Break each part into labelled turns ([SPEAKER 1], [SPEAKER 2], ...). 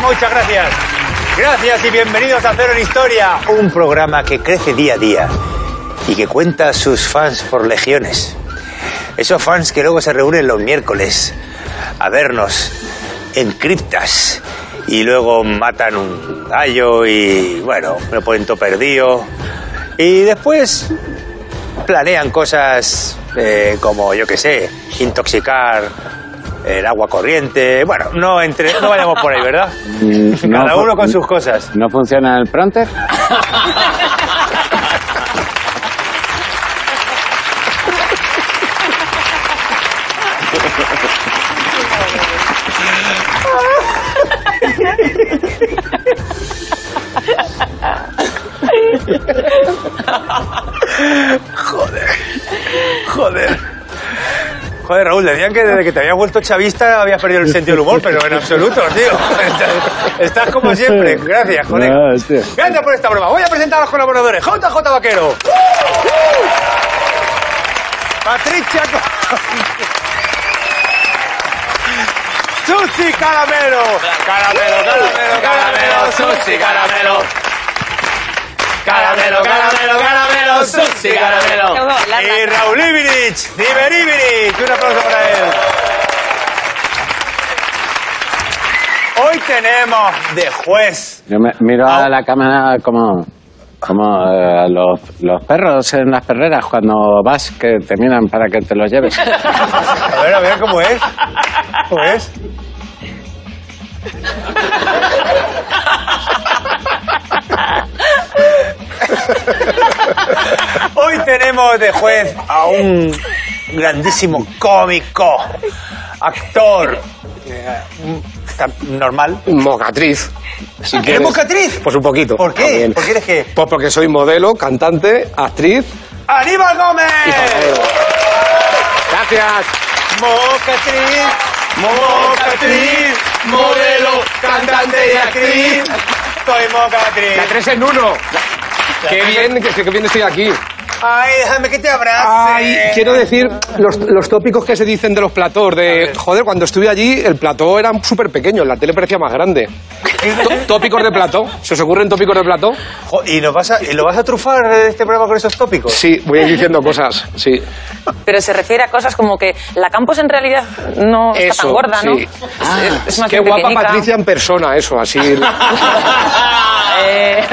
[SPEAKER 1] muchas gracias. Gracias y bienvenidos a Cero en Historia, un programa que crece día a día y que cuenta a sus fans por legiones. Esos fans que luego se reúnen los miércoles a vernos en criptas y luego matan un gallo y bueno, lo ponen todo perdido. Y después planean cosas eh, como, yo que sé, intoxicar el agua corriente. Bueno, no, entre, no vayamos por ahí, ¿verdad?
[SPEAKER 2] Mm, no
[SPEAKER 1] Cada
[SPEAKER 2] fu-
[SPEAKER 1] uno con sus cosas.
[SPEAKER 2] ¿No funciona el pronter?
[SPEAKER 1] Joder. Joder, Raúl, decían que desde que te habías vuelto chavista habías perdido el sentido del humor, pero en absoluto, tío. Estás, estás como siempre. Gracias, joder.
[SPEAKER 2] No, Ah, hostia.
[SPEAKER 1] Gracias por esta broma. Voy a presentar a los colaboradores. JJ Vaquero. Patricia... Co- Susi Caramelo. Caramelo, caramelo, caramelo, Susi Caramelo. Caramelo, caramelo, caramelo, Susi Caramelo.
[SPEAKER 3] Como la-
[SPEAKER 1] Y Raúl Ibrich, Diver Ibrich, un aplauso para él. Hoy tenemos de juez.
[SPEAKER 2] Yo me miro
[SPEAKER 1] Ah.
[SPEAKER 2] a la cámara como, como eh, los, los perros en las perreras cuando vas que te miran para que te los lleves.
[SPEAKER 1] A ver, a ver cómo es. ¿Cómo es? Hoy tenemos de juez a un grandísimo cómico, actor, eh, está normal.
[SPEAKER 4] Mocatriz. Si
[SPEAKER 1] ¿Eres
[SPEAKER 4] quieres.
[SPEAKER 1] mocatriz?
[SPEAKER 4] Pues un poquito.
[SPEAKER 1] ¿Por qué?
[SPEAKER 4] También.
[SPEAKER 1] ¿Por qué eres que?
[SPEAKER 4] Pues porque soy modelo, cantante, actriz.
[SPEAKER 1] ¡Aníbal Gómez!
[SPEAKER 4] Gracias.
[SPEAKER 1] Mocatriz, mocatriz, modelo, cantante y actriz. Soy mocatriz.
[SPEAKER 4] La tres en uno. Qué bien, que, que bien estoy aquí.
[SPEAKER 1] Ay, déjame que te abrace.
[SPEAKER 4] Ay, quiero decir los, los tópicos que se dicen de los platós. De, joder, cuando estuve allí, el plató era súper pequeño, la tele parecía más grande. Tó- Tópicos de plató. ¿Se os ocurren tópicos de plató?
[SPEAKER 1] Jo, ¿Y, nos vas a, y lo vas a trufar eh, este programa con esos tópicos?
[SPEAKER 4] Sí, voy a ir diciendo cosas. Sí.
[SPEAKER 3] Pero se refiere a cosas como que la Campos en realidad no está tan
[SPEAKER 4] Eso,
[SPEAKER 3] gorda, ¿no? Ah.
[SPEAKER 4] sí. Ah,
[SPEAKER 3] Es, es más
[SPEAKER 4] Qué
[SPEAKER 3] bien
[SPEAKER 4] guapa
[SPEAKER 3] pequeñica.
[SPEAKER 4] Patricia en persona, eso, así.
[SPEAKER 3] Eh,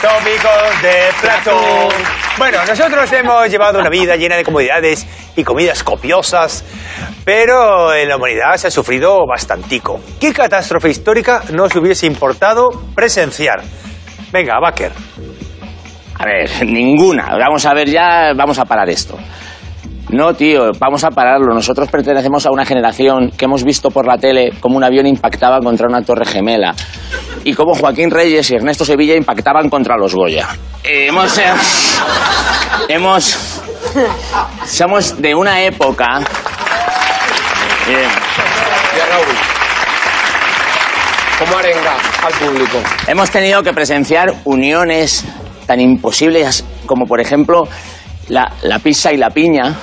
[SPEAKER 1] Tópicos de plato. Bueno, nosotros hemos llevado una vida llena de comodidades y comidas copiosas, pero en la humanidad se ha sufrido bastantico. ¿Qué catástrofe histórica nos hubiese importado presenciar? Venga, Baker.
[SPEAKER 5] A ver, ninguna. Vamos a ver ya, vamos a parar esto. No, tío, vamos a pararlo. Nosotros pertenecemos a una generación que hemos visto por la tele cómo un avión impactaba contra una torre gemela y cómo Joaquín Reyes y Ernesto Sevilla impactaban contra los Goya. Eh, hemos, eh, hemos... Somos de una época... Bien.
[SPEAKER 4] Como arenga al público.
[SPEAKER 5] Hemos tenido que presenciar uniones tan imposibles como, por ejemplo, la, la pizza y la piña,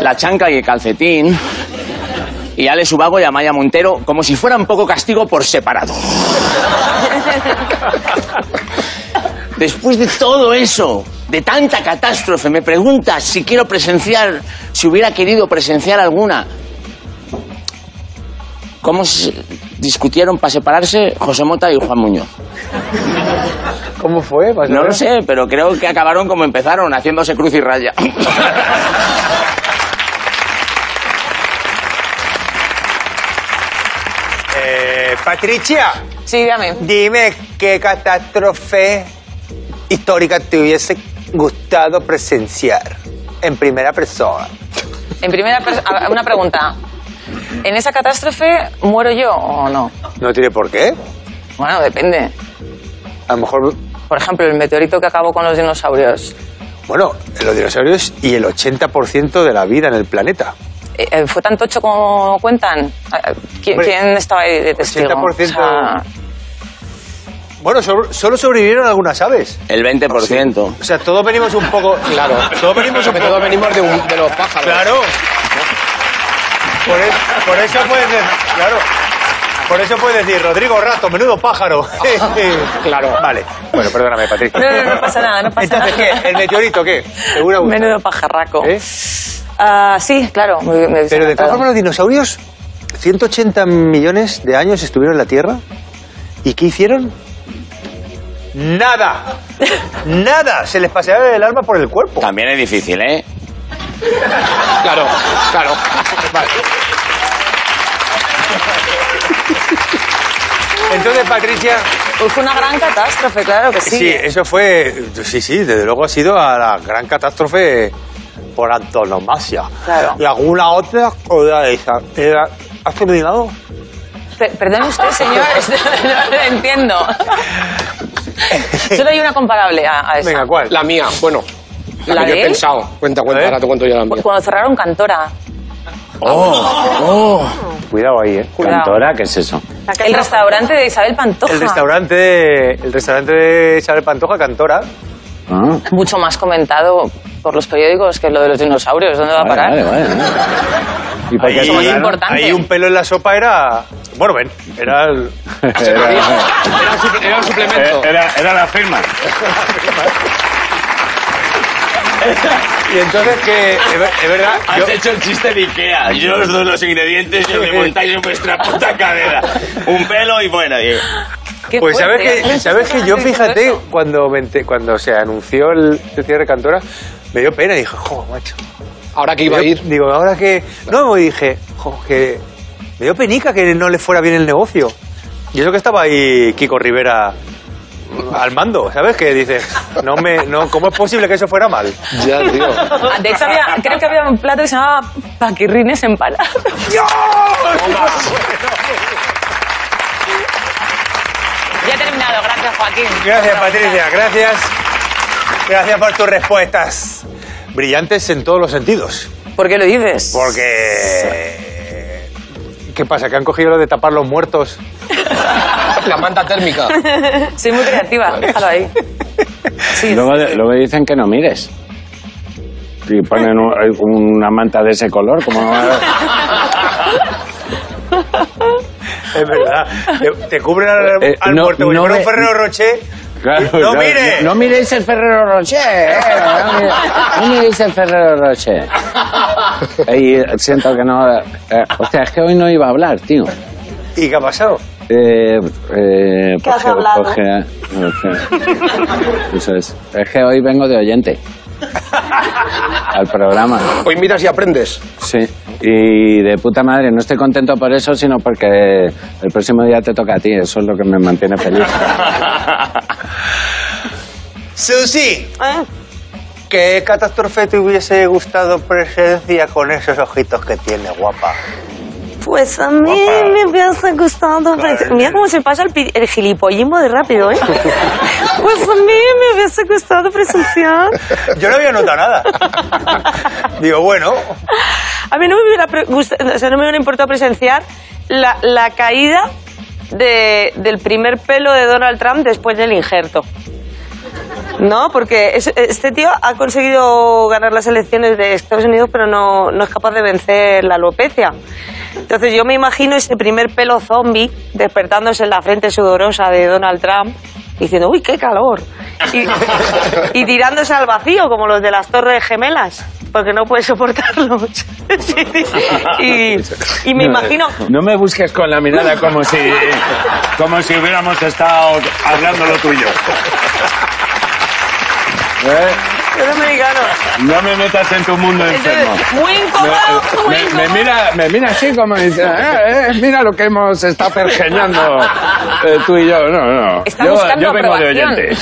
[SPEAKER 5] la chanca y el calcetín, y Ale Subago y Amaya Montero, como si fueran poco castigo por separado. Después de todo eso, de tanta catástrofe, me preguntas si quiero presenciar, si hubiera querido presenciar alguna. ¿Cómo se discutieron para separarse José Mota y Juan Muñoz?
[SPEAKER 4] ¿Cómo fue?
[SPEAKER 5] No lo sé, pero creo que acabaron como empezaron, haciéndose cruz y raya.
[SPEAKER 1] Eh, Patricia.
[SPEAKER 3] sí, dígame.
[SPEAKER 1] Dime qué catástrofe histórica te hubiese gustado presenciar en primera persona.
[SPEAKER 3] En primera persona, una pregunta. ¿En esa catástrofe muero yo o no?
[SPEAKER 1] No tiene por qué.
[SPEAKER 3] Bueno, depende.
[SPEAKER 1] A lo mejor,
[SPEAKER 3] Por ejemplo, el meteorito que acabó con los dinosaurios
[SPEAKER 1] bueno, los dinosaurios y el 80% de la vida en el planeta.
[SPEAKER 3] Eh, eh, fue tan tocho como cuentan. Eh, eh, ¿Quién,
[SPEAKER 1] Hombre,
[SPEAKER 3] quién estaba ahí de testigo?
[SPEAKER 1] 80%
[SPEAKER 3] O sea,
[SPEAKER 1] Bueno, so- solo sobrevivieron algunas aves.
[SPEAKER 5] El 20%.
[SPEAKER 1] O sea, todos venimos un poco... Claro. Todos venimos un
[SPEAKER 4] Sobre
[SPEAKER 1] poco...
[SPEAKER 4] todo venimos de, un- de los pájaros.
[SPEAKER 1] Claro. Por, es- por eso puedes decir, claro. Por eso puedes decir, Rodrigo Rato, menudo pájaro. claro. Vale. Bueno, perdóname, Patricia.
[SPEAKER 3] No, no, no pasa nada, no pasa
[SPEAKER 1] Entonces,
[SPEAKER 3] nada.
[SPEAKER 1] ¿qué? ¿El meteorito qué? Seguro gusta.
[SPEAKER 3] Menudo pajarraco.
[SPEAKER 1] ¿Eh?
[SPEAKER 3] Ah, sí, claro. me- me
[SPEAKER 1] Pero de todas
[SPEAKER 3] encantado.
[SPEAKER 1] formas, los dinosaurios, 180 millones de años estuvieron en la Tierra. ¿Y qué hicieron? Nada. Nada. Se les paseaba el alma por el cuerpo.
[SPEAKER 5] También es difícil, ¿eh?
[SPEAKER 4] Claro, claro.
[SPEAKER 1] Entonces, Patricia.
[SPEAKER 3] Pues fue una gran catástrofe, claro que
[SPEAKER 1] Sí,
[SPEAKER 3] sí.
[SPEAKER 1] eso fue. Sí, sí, desde luego ha sido a la gran catástrofe por antonomasia.
[SPEAKER 3] Claro.
[SPEAKER 1] Y alguna otra cosa de esa. Era- ¿Has terminado?
[SPEAKER 3] Pe- perdone usted, señor, no lo entiendo. Solo hay una comparable a, a esa.
[SPEAKER 1] Venga, ¿cuál?
[SPEAKER 4] La mía, bueno. La,
[SPEAKER 3] ¿La
[SPEAKER 4] que yo
[SPEAKER 3] de
[SPEAKER 4] he
[SPEAKER 3] él?
[SPEAKER 4] pensado. Cuenta, cuenta,
[SPEAKER 1] ver.
[SPEAKER 4] ahora te cuento yo la mía.
[SPEAKER 3] Cuando cerraron Cantora,
[SPEAKER 2] Cuidado ahí, ¿eh?
[SPEAKER 3] Cuidado.
[SPEAKER 2] Cantora, ¿qué es eso?
[SPEAKER 3] el restaurante de Isabel Pantoja.
[SPEAKER 1] El restaurante, de- el restaurante de Isabel Pantoja, Cantora.
[SPEAKER 2] Ah,
[SPEAKER 3] Mucho más comentado por los periódicos que lo de los dinosaurios. ¿Dónde va a
[SPEAKER 2] vale,
[SPEAKER 3] parar?
[SPEAKER 2] vale, vale. ¿Y por
[SPEAKER 3] Ahí-
[SPEAKER 2] qué se
[SPEAKER 3] Somos
[SPEAKER 2] mandaron?
[SPEAKER 3] importantes.
[SPEAKER 1] ahí un pelo en la sopa era. Bueno, ven, era. el-
[SPEAKER 2] Era-
[SPEAKER 4] Pues Era un suple- Era un suplemento.
[SPEAKER 6] Era, era la firma.
[SPEAKER 1] Y entonces que. Es ver- es verdad. yo-
[SPEAKER 3] Ah,
[SPEAKER 6] Has hecho el chiste de Ikea. Yo os doy los ingredientes y os montáis en vuestra puta cadera. Un pelo y bueno. y-
[SPEAKER 3] Qué
[SPEAKER 1] Pues sabes
[SPEAKER 3] fuerte,
[SPEAKER 1] que,
[SPEAKER 3] ¿eh?
[SPEAKER 1] sabes que yo,
[SPEAKER 3] Antes de
[SPEAKER 1] fíjate,
[SPEAKER 3] todo eso.
[SPEAKER 1] cuando, me ente- cuando se anunció el el cierre de Cantora, me dio pena y dije, jo, macho.
[SPEAKER 4] eh, Ahora que iba a
[SPEAKER 1] Yo
[SPEAKER 4] ir.
[SPEAKER 1] Digo, ahora que. No, me dije, jo, que. Me dio penica que no le fuera bien el negocio. Y eso que estaba ahí Kiko Rivera mm, al mando, ¿sabes? Que dices, no me, no, ¿cómo es posible que eso fuera mal?
[SPEAKER 4] Ya, tío.
[SPEAKER 3] Ah, De hecho, había, creo que había un plato que se llamaba paquirrines empanados. Ya he terminado, gracias Joaquín.
[SPEAKER 1] Gracias, Patricia, gracias. Gracias por tus respuestas. Brillantes en todos los sentidos.
[SPEAKER 3] ¿Por qué lo dices?
[SPEAKER 1] Porque. ¿Qué pasa? ¿Que han cogido lo de tapar los muertos?
[SPEAKER 4] La manta térmica.
[SPEAKER 3] Soy muy creativa, déjalo ahí. Sí,
[SPEAKER 2] luego, luego dicen que no mires. Y ponen un- una manta de ese color, como...
[SPEAKER 1] Es verdad. Te, te cubren al,
[SPEAKER 2] Eh,
[SPEAKER 1] al
[SPEAKER 2] no,
[SPEAKER 1] muerto.
[SPEAKER 2] no
[SPEAKER 1] No,
[SPEAKER 2] ve-
[SPEAKER 1] Ferrero Rocher.
[SPEAKER 2] Claro,
[SPEAKER 1] no, mire.
[SPEAKER 2] No, miréis el Ferrero Rocher. eh, no, mire- no miréis el Ferrero Rocher. Y siento que no. eh, o sea, es que hoy no iba a hablar, tío.
[SPEAKER 1] ¿Y qué ha pasado?
[SPEAKER 2] Eh, eh, ¿Qué has hablado? eso es. Es que hoy vengo de oyente al programa.
[SPEAKER 4] Hoy miras y aprendes.
[SPEAKER 2] Sí. Y de puta madre, no estoy contento por eso, sino porque el próximo día te toca a ti. Eso es lo que me mantiene feliz.
[SPEAKER 1] Susi. ¿Qué catástrofe te hubiese gustado presencia con esos ojitos que tiene, guapa?
[SPEAKER 7] Pues a mí
[SPEAKER 1] Guapa.
[SPEAKER 7] me hubiese gustado.
[SPEAKER 1] Claro.
[SPEAKER 7] pues, mira cómo se pasa el, pi- el gilipollismo de rápido, ¿eh? Pues a mí me hubiese gustado presenciar.
[SPEAKER 1] Yo no había notado nada. Digo, bueno.
[SPEAKER 7] A mí no me hubiera, pre- gusta- o sea, no me hubiera importado presenciar la, la caída de- del primer pelo de Donald Trump después del injerto. No, porque es- este tío ha conseguido ganar las elecciones de Estados Unidos, pero no, no es capaz de vencer la alopecia. Entonces yo me imagino ese primer pelo zombie despertándose en la frente sudorosa de Donald Trump diciendo, uy, qué calor. Y, y tirándose al vacío, como los de las Torres Gemelas, porque no puede soportarlo. Sí, y, y me imagino...
[SPEAKER 2] No me busques con la mirada como si.
[SPEAKER 6] Como si hubiéramos estado hablando lo tuyo.
[SPEAKER 2] ¿eh?
[SPEAKER 7] Yo no me diga, no.
[SPEAKER 6] No me metas en tu mundo
[SPEAKER 7] Entonces,
[SPEAKER 6] enfermo.
[SPEAKER 7] muy incómodo, muy
[SPEAKER 2] Me, me
[SPEAKER 7] incómodo.
[SPEAKER 2] mira, me mira así como diciendo, "Eh, eh, mira lo que hemos estado pergeñando eh, tú y yo. No, no.
[SPEAKER 3] Está
[SPEAKER 2] yo,
[SPEAKER 3] buscando
[SPEAKER 2] yo vengo de
[SPEAKER 3] aprobación.
[SPEAKER 2] oyente.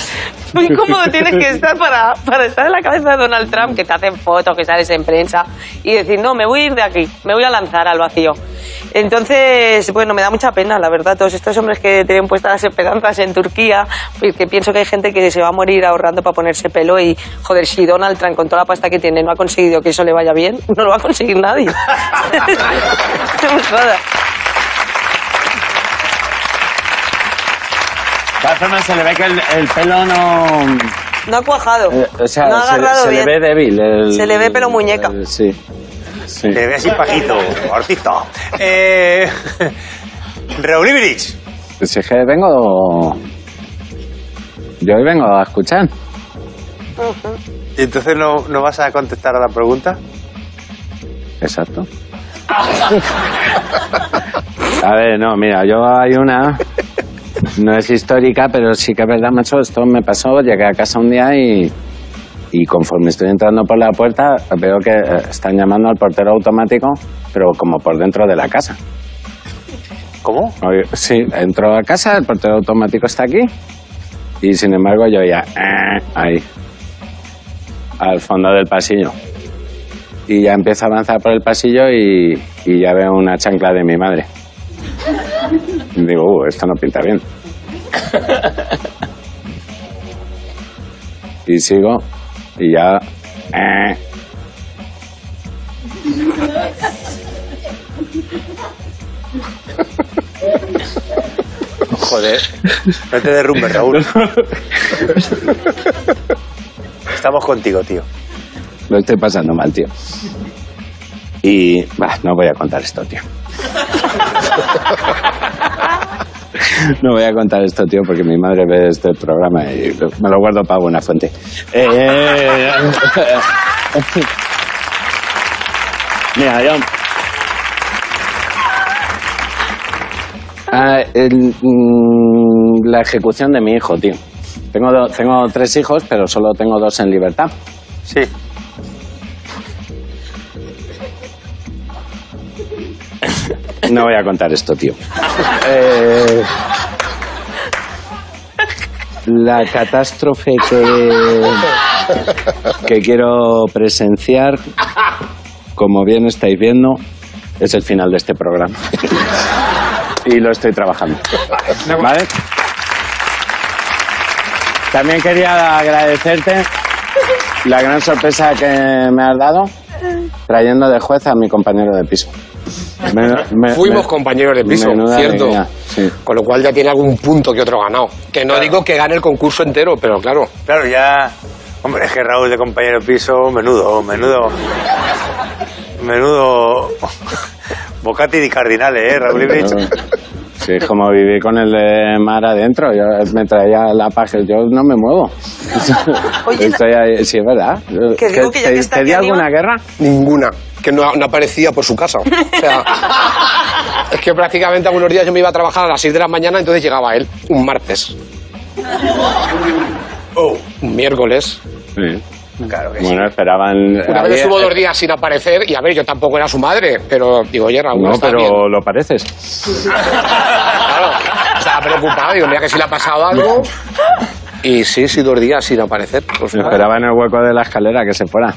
[SPEAKER 7] Muy incómodo tienes que estar para, para estar en la cabeza de Donald Trump, que te hacen fotos, que sales en prensa, y decir, no, me voy a ir de aquí, me voy a lanzar al vacío. Entonces, bueno, me da mucha pena, la verdad, todos estos hombres que tienen puestas las esperanzas en Turquía, pues que pienso que hay gente que se va a morir ahorrando para ponerse pelo y, joder, si Donald Trump con toda la pasta que tiene no ha conseguido que eso le vaya bien, no lo va a conseguir nadie. No me jodas.
[SPEAKER 6] De todas formas, se le ve que el, el pelo no...
[SPEAKER 7] No ha cuajado,
[SPEAKER 2] Eh, o sea,
[SPEAKER 7] no ha
[SPEAKER 2] se,
[SPEAKER 7] agarrado
[SPEAKER 2] se le
[SPEAKER 7] bien.
[SPEAKER 2] ve débil. el-
[SPEAKER 7] Se le ve pelo muñeca.
[SPEAKER 2] el- sí. Sí.
[SPEAKER 1] Te ve así pajito, gordito. Eh, Raúl Ibrich.
[SPEAKER 2] Si es que vengo... Yo hoy vengo a escuchar.
[SPEAKER 1] ¿Y entonces no, no vas a contestar a la pregunta?
[SPEAKER 2] Exacto. A ver, no, mira, yo hay una. No es histórica, pero sí que es verdad, macho. Esto me pasó. Llegué a casa un día y. Y conforme estoy entrando por la puerta, veo que eh, están llamando al portero automático, pero como por dentro de la casa.
[SPEAKER 1] ¿Cómo?
[SPEAKER 2] Oye, Sí, entro a casa, el portero automático está aquí. Y sin embargo, yo ya. "Ah", Ahí. Al fondo del pasillo. Y ya empiezo a avanzar por el pasillo y, y ya veo una chancla de mi madre. Y digo, uh, esto no pinta bien. Y sigo y ya. "Ah".
[SPEAKER 1] Joder. No te derrumbes, Raúl. Estamos contigo, tío.
[SPEAKER 2] Lo estoy pasando mal, tío. Y, bah, no voy a contar esto, tío. No voy a contar esto, tío, porque mi madre ve este programa y lo- me lo guardo para buena fuente. Eh, eh, eh. Mira, yo... Ah, el, mm, la ejecución de mi hijo, tío. Tengo, do- tengo tres hijos, pero solo tengo dos en libertad.
[SPEAKER 1] Sí.
[SPEAKER 2] No voy a contar esto, tío. la catástrofe que, que quiero presenciar, como bien estáis viendo, es el final de este programa. Y lo estoy trabajando. ¿Vale? También quería agradecerte la gran sorpresa que me has dado trayendo de juez a mi compañero de piso. Me- me-
[SPEAKER 4] Fuimos
[SPEAKER 2] me-
[SPEAKER 4] compañeros de piso,
[SPEAKER 2] menuda
[SPEAKER 4] ¿cierto?
[SPEAKER 2] alegría, sí.
[SPEAKER 4] Con lo cual ya tiene algún punto que otro ganado. Que no digo que gane el concurso entero, pero claro.
[SPEAKER 1] Claro, ya. Hombre, es que Raúl de compañero piso, menudo, menudo. Menudo. Bocati di cardinales, ¿eh, Raúl Ibrich?
[SPEAKER 2] Sí, es como viví con el de mar adentro. Yo me traía la paja, yo no me muevo.
[SPEAKER 7] Oye,
[SPEAKER 2] Estoy ahí- sí, es verdad.
[SPEAKER 7] Que digo que ya
[SPEAKER 2] ¿Te,
[SPEAKER 7] que está
[SPEAKER 2] te di
[SPEAKER 7] aquí
[SPEAKER 2] alguna guerra?
[SPEAKER 4] Ninguna. Que no, no aparecía por su casa. O sea, es que prácticamente algunos días yo me iba a trabajar a las 6 de la mañana, entonces llegaba él un martes. Un miércoles.
[SPEAKER 2] Sí.
[SPEAKER 1] Claro que sí.
[SPEAKER 2] Bueno, esperaban.
[SPEAKER 4] Una vez
[SPEAKER 2] ayer-
[SPEAKER 4] estuvo dos días sin aparecer y a ver, yo tampoco era su madre, pero digo, oye, Raúl,
[SPEAKER 2] No,
[SPEAKER 4] ¿estás
[SPEAKER 2] pero
[SPEAKER 4] bien?
[SPEAKER 2] lo pareces.
[SPEAKER 4] Claro, estaba preocupado, digo, mira que si le ha pasado algo. Y sí, sí, dos días sin aparecer. Pues nada.
[SPEAKER 2] Esperaban en el hueco de la escalera que se fuera.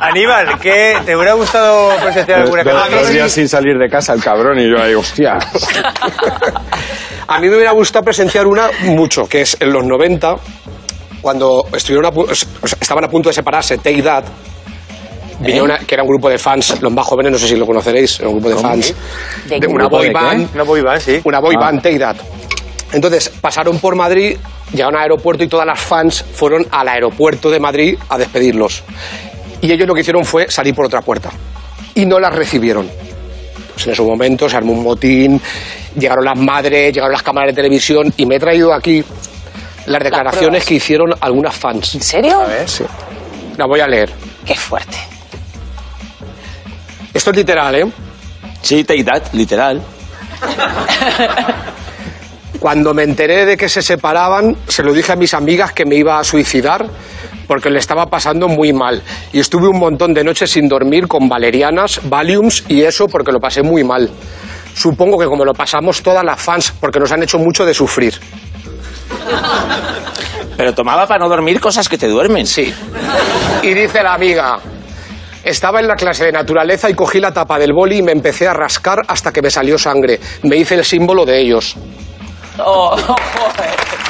[SPEAKER 1] Aníbal, ¿qué? ¿Te hubiera gustado presenciar alguna
[SPEAKER 2] Dos-
[SPEAKER 1] cosa?
[SPEAKER 2] dos días sin salir de casa el cabrón y yo ahí, hostia.
[SPEAKER 4] A mí me hubiera gustado presenciar una mucho, que es en los 90, cuando estuvieron a pu- o sea, estaban a punto de separarse, Take That, vino una- que era un grupo de fans, los más jóvenes, no sé si lo conoceréis, era un grupo de fans,
[SPEAKER 3] ¿De
[SPEAKER 4] de
[SPEAKER 3] qué?
[SPEAKER 4] una
[SPEAKER 2] ¿Grupo
[SPEAKER 4] boy
[SPEAKER 2] de qué?
[SPEAKER 4] band,
[SPEAKER 1] Una boy band, sí.
[SPEAKER 4] una boy band, Take That. Entonces pasaron por Madrid, llegaron al aeropuerto y todas las fans fueron al aeropuerto de Madrid a despedirlos. Y ellos lo que hicieron fue salir por otra puerta. Y no las recibieron. Pues en su momento se armó un motín, llegaron las madres, llegaron las cámaras de televisión y me he traído aquí las declaraciones
[SPEAKER 3] pruebas.
[SPEAKER 4] que hicieron algunas fans.
[SPEAKER 3] ¿En serio?
[SPEAKER 4] Sí. Las voy a leer.
[SPEAKER 3] Qué fuerte.
[SPEAKER 4] Esto es literal, ¿eh?
[SPEAKER 5] Sí, take that, literal.
[SPEAKER 4] Cuando me enteré de que se separaban, se lo dije a mis amigas que me iba a suicidar porque le estaba pasando muy mal. Y estuve un montón de noches sin dormir con valerianas, valiums y eso porque lo pasé muy mal. Supongo que como lo pasamos todas las fans, porque nos han hecho mucho de sufrir.
[SPEAKER 5] Pero tomaba para no dormir cosas que te duermen. Sí.
[SPEAKER 4] Y dice la amiga, estaba en la clase de naturaleza y cogí la tapa del boli y me empecé a rascar hasta que me salió sangre. Me hice el símbolo de ellos.
[SPEAKER 3] Oh, joder.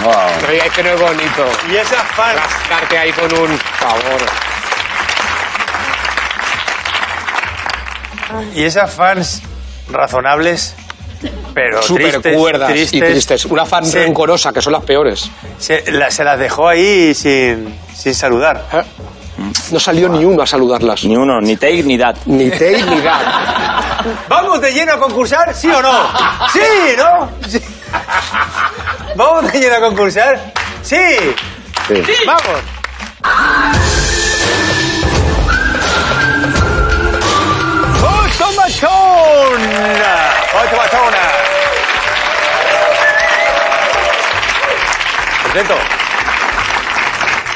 [SPEAKER 4] No digáis que no es bonito.
[SPEAKER 1] Y esas fans.
[SPEAKER 4] rascarte ahí con un favor.
[SPEAKER 1] Y esas fans razonables, pero
[SPEAKER 4] super
[SPEAKER 1] tristes,
[SPEAKER 4] cuerdas y tristes. Una fan
[SPEAKER 1] se,
[SPEAKER 4] rencorosa, que son las peores.
[SPEAKER 1] se, la- se las dejó ahí sin, sin saludar.
[SPEAKER 4] No salió ni uno a saludarlas.
[SPEAKER 5] Ni uno, ni take ni dat.
[SPEAKER 4] Ni Tate ni Gad.
[SPEAKER 1] ¿Vamos de lleno a concursar, sí o no? ¡Sí, no! Sí. ¿Vamos de lleno a concursar? ¡Sí!
[SPEAKER 2] Sí.
[SPEAKER 1] ¡Vamos! ¡Ocho matón! ¡Ocho matona! Contento.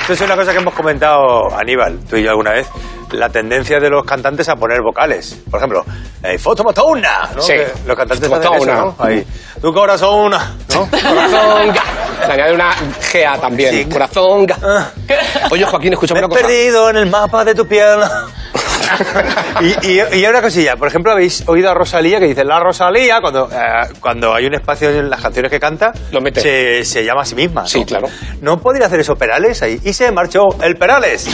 [SPEAKER 1] Esto es una cosa que hemos comentado, Aníbal, tú y yo alguna vez, la tendencia de los cantantes a poner vocales. Por ejemplo, eh, fotomatona, ¿no?
[SPEAKER 4] Sí.
[SPEAKER 1] Que Los cantantes hacen eso,
[SPEAKER 4] Fotomatona.
[SPEAKER 1] ¿no? Ahí. Tu corazón, ¿no?
[SPEAKER 4] Corazón Gad. Le añade una GA también.
[SPEAKER 1] Sí.
[SPEAKER 4] Corazón Gad. Oye, Joaquín, escúchame
[SPEAKER 1] Me he
[SPEAKER 4] una cosa.
[SPEAKER 1] perdido en el mapa de tu piel. y, y, y una cosilla, por ejemplo, habéis oído a Rosalía que dice la Rosalía cuando, eh, cuando hay un espacio en las canciones que canta,
[SPEAKER 4] Lo mete.
[SPEAKER 1] Se, se llama a sí misma. ¿no?
[SPEAKER 4] Sí, claro.
[SPEAKER 1] No podría hacer eso Perales ahí. Y se marchó el Perales.